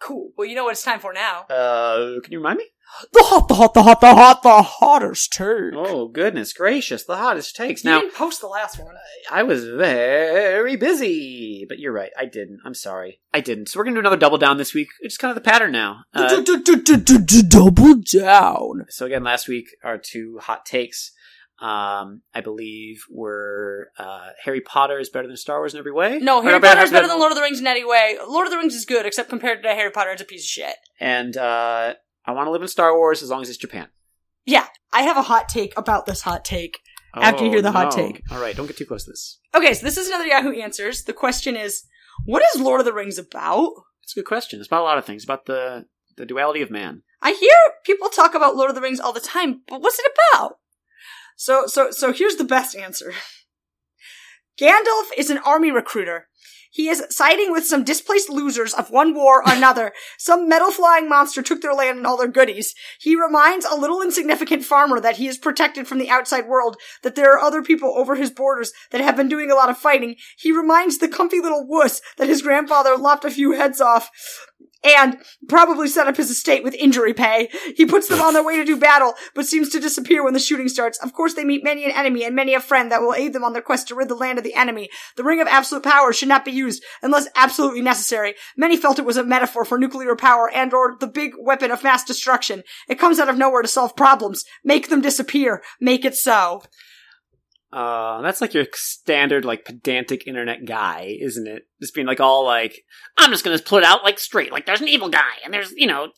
B: Cool. Well, you know what it's time for now.
D: Uh, can you remind me?
B: The hot, the hot, the hot, the hot, the hottest take.
D: Oh goodness gracious, the hottest takes.
B: You
D: Now
B: didn't post the last one.
D: I was very busy, but you're right, I didn't. I'm sorry, I didn't. So we're gonna do another double down this week. It's kind of the pattern now. Uh,
B: Double down.
D: So again, last week our two hot takes, um, I believe, were uh, Harry Potter is better than Star Wars in every way.
B: No,
D: Or
B: Harry Potter is better than Lord of the Rings in any way. Lord of the Rings is good, except compared to Harry Potter, it's a piece of shit.
D: And uh, I want to live in Star Wars as long as it's Japan.
C: I have a hot take about this hot take. After you hear the hot take.
D: Oh, All right, don't get too close to this.
C: Okay, so this is another Yahoo Answers. The question is, what is Lord of the Rings about?
D: It's a good question. It's about a lot of things. About the the duality of man.
C: I hear people talk about Lord of the Rings all the time, but what's it about? So, so, so here's the best answer. Gandalf is an army recruiter. He is siding with some displaced losers of one war or another. some metal flying monster took their land and all their goodies. He reminds a little insignificant farmer that he is protected from the outside world, that there are other people over his borders that have been doing a lot of fighting. He reminds the comfy little wuss that his grandfather lopped a few heads off and probably set up his estate with injury pay. He puts them on their way to do battle, but seems to disappear when the shooting starts. Of course, they meet many an enemy and many a friend that will aid them on their quest to rid the land of the enemy. The Ring of Absolute Power should not be used unless absolutely necessary. Many felt it was a metaphor for nuclear power and or the big weapon of mass destruction. It comes out of nowhere to solve problems. Make them disappear. Make it so.
D: Uh, that's like your standard, like pedantic internet guy, isn't it? Just being like all like, I'm just gonna put out like straight, like there's an evil guy, and there's you know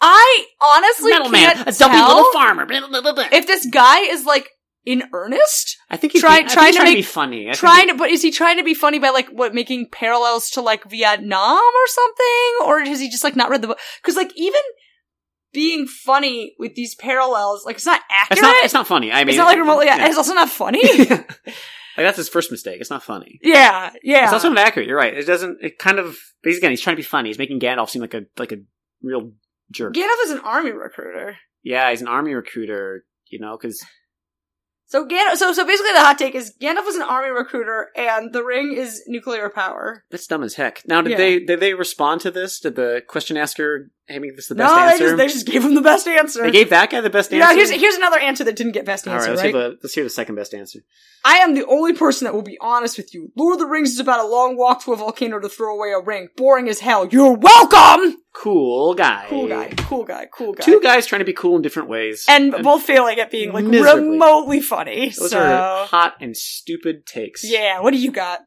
B: I honestly
D: metal man,
B: can't
D: a dumpy
B: tell
D: little farmer. Blah, blah, blah, blah.
B: if this guy is like in earnest,
D: I think he's
B: Try-
D: being- I think
B: trying
D: he's
B: to
D: trying to
B: make-
D: be funny. I think
B: trying to, but is he trying to be funny by like what making parallels to like Vietnam or something, or has he just like not read the book? Because like even being funny with these parallels, like it's not accurate.
D: It's not. It's not funny. I mean,
B: It's not, like remotely. Yeah. It's also not funny. <laughs>
D: <laughs> like that's his first mistake. It's not funny.
B: yeah, yeah.
D: It's also not accurate. You're right. It doesn't. It kind of. He's again. He's trying to be funny. He's making Gandalf seem like a like a real jerk.
C: Gandalf is an army recruiter.
D: yeah, he's an army recruiter. You know, because
C: So Gandalf, so so basically, the hot take is Gandalf was an army recruiter, and the ring is nuclear power.
D: that's dumb as heck. Now, did
C: Yeah.
D: they did they respond to this? Did the question asker hey, make this the best
C: no,
D: answer?
C: They, just, they just gave him the best answer.
D: They gave that guy the best
C: you know,
D: answer.
C: here's here's another answer that didn't get best
D: All
C: answer.
D: right, let's
C: right?
D: hear the let's hear the second best answer.
C: I am the only person that will be honest with you. Lord of the Rings is about a long walk to a volcano to throw away a ring. Boring as hell. You're welcome.
D: Cool guy.
C: Cool guy. Cool guy. Cool guy.
D: Two guys trying to be cool in different ways.
C: and both failing at being like
D: Miserably.
C: remotely funny.
D: Those
C: so
D: are hot and stupid takes.
C: yeah, what do you got?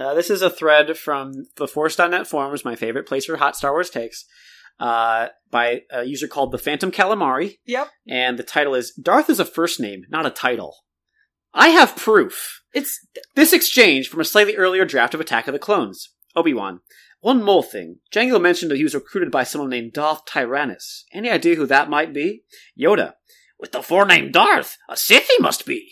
D: Uh, this is a thread from the Force.net forums, my favorite place for hot Star Wars takes, uh, by a user called the Phantom Calamari.
C: Yep.
D: And the title is Darth is a first name, not a title. I have proof.
C: It's
D: This exchange from a slightly earlier draft of Attack of the Clones. Obi Wan. One more thing. Jango mentioned that he was recruited by someone named Darth Tyrannus. Any idea who that might be? Yoda. With the forename Darth, a Sith he must be.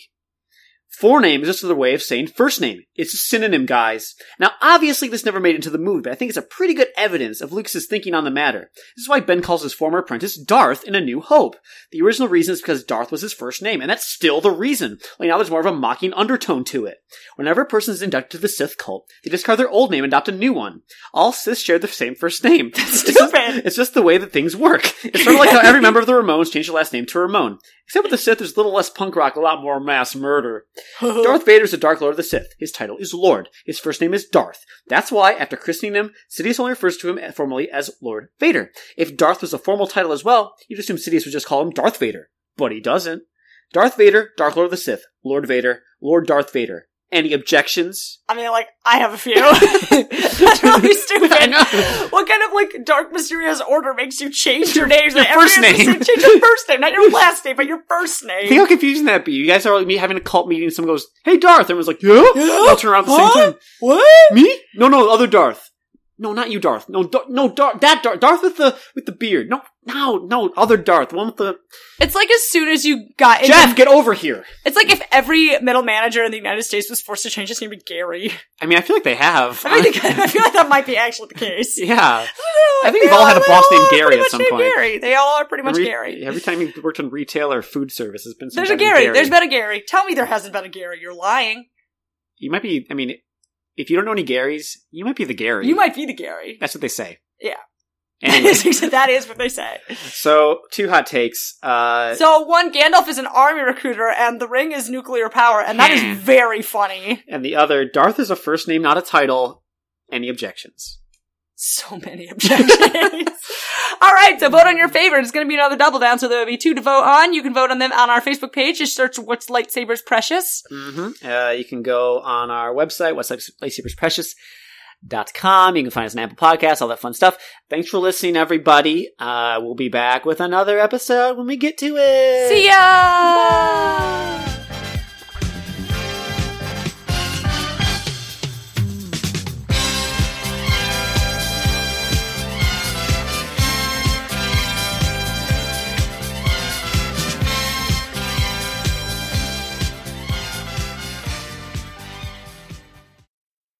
D: Forename is just another way of saying first name. It's a synonym, guys. Now, obviously, this never made it into the movie, but I think it's a pretty good evidence of Lucas's thinking on the matter. This is why Ben calls his former apprentice Darth in A New Hope. The original reason is because Darth was his first name, and that's still the reason. Like now, there's more of a mocking undertone to it. Whenever a person is inducted to the Sith cult, they discard their old name and adopt a new one. All Siths share the same first name. That's It's
C: stupid.
D: just, it's just the way that things work. It's sort of like how every member of the Ramones changed their last name to Ramon. Except with the Sith, there's a little less punk rock, a lot more mass murder. <laughs> Darth Vader is the Dark Lord of the Sith. His title is Lord. His first name is Darth. That's why, after christening him, Sidious only refers to him formally as Lord Vader. If Darth was a formal title as well, you'd assume Sidious would just call him Darth Vader. But he doesn't. Darth Vader, Dark Lord of the Sith, Lord Vader, Lord Darth Vader. Any <laughs> objections?
C: I mean, like, I have a
D: <laughs>
C: few. <laughs> That's really stupid.
D: I know.
C: What kind of, like, dark, mysterious order makes you change your name?
D: your
C: Like,
D: first
C: everyone makes
D: name.
C: you Change your first name, not
D: <laughs>
C: your last name, but your first
D: Think
C: name.
D: how confusing that'd be. You guys are like me having a cult meeting, someone goes, Hey Darth! Everyone's like, Yeah? They all turn around at the
C: Huh?
D: same time.
C: What?
D: Me? No, no, other Darth. No, not you, Darth. No, Dar- no, Darth. That Darth. Darth with the with the beard. No, no, no, other Darth. One with the
C: It's like as soon as you got into-
D: Jeff. Get over here.
C: It's like if every middle manager in the United States was forced to change his name to Gary.
D: I mean, I feel like they have.
C: I, think, <laughs> I feel like that might be actually the case.
D: <laughs> yeah,
C: <laughs> I
D: I think we've all had a boss named Gary at some point.
C: Gary. They all are pretty much
D: every,
C: Gary.
D: everry time you worked in retail or food service, has been some
C: There's a
D: kind of
C: Gary. There's been a Gary. Tell me there hasn't been a Gary. You're lying.
D: You might be. I mean, if you don't know any Garys, you might be the Gary.
C: You might be the Gary.
D: That's what they say.
C: Yeah.
D: <laughs>
C: <laughs>
D: Anyway,
C: that is what they say.
D: so two hot takes. Uh,
C: So one, Gandalf is an army recruiter, and the ring is nuclear power, and
D: <clears throat>
C: that is very funny.
D: and the other, Darth is a first name, not a title. Any objections?
C: So <laughs> many objections. All right, so vote on your favorite. It's going to be another double down, so there will be two to vote on. You can vote on them on our Facebook page. Just search "What's Lightsabers Precious."
D: Mm-hmm. Uh, you can go on our website, what's lightsabersprecious.com. You can find us on Apple Podcasts, all that fun stuff. Thanks for listening, everybody. Uh, we'll be back with another episode when we get to it.
C: See ya.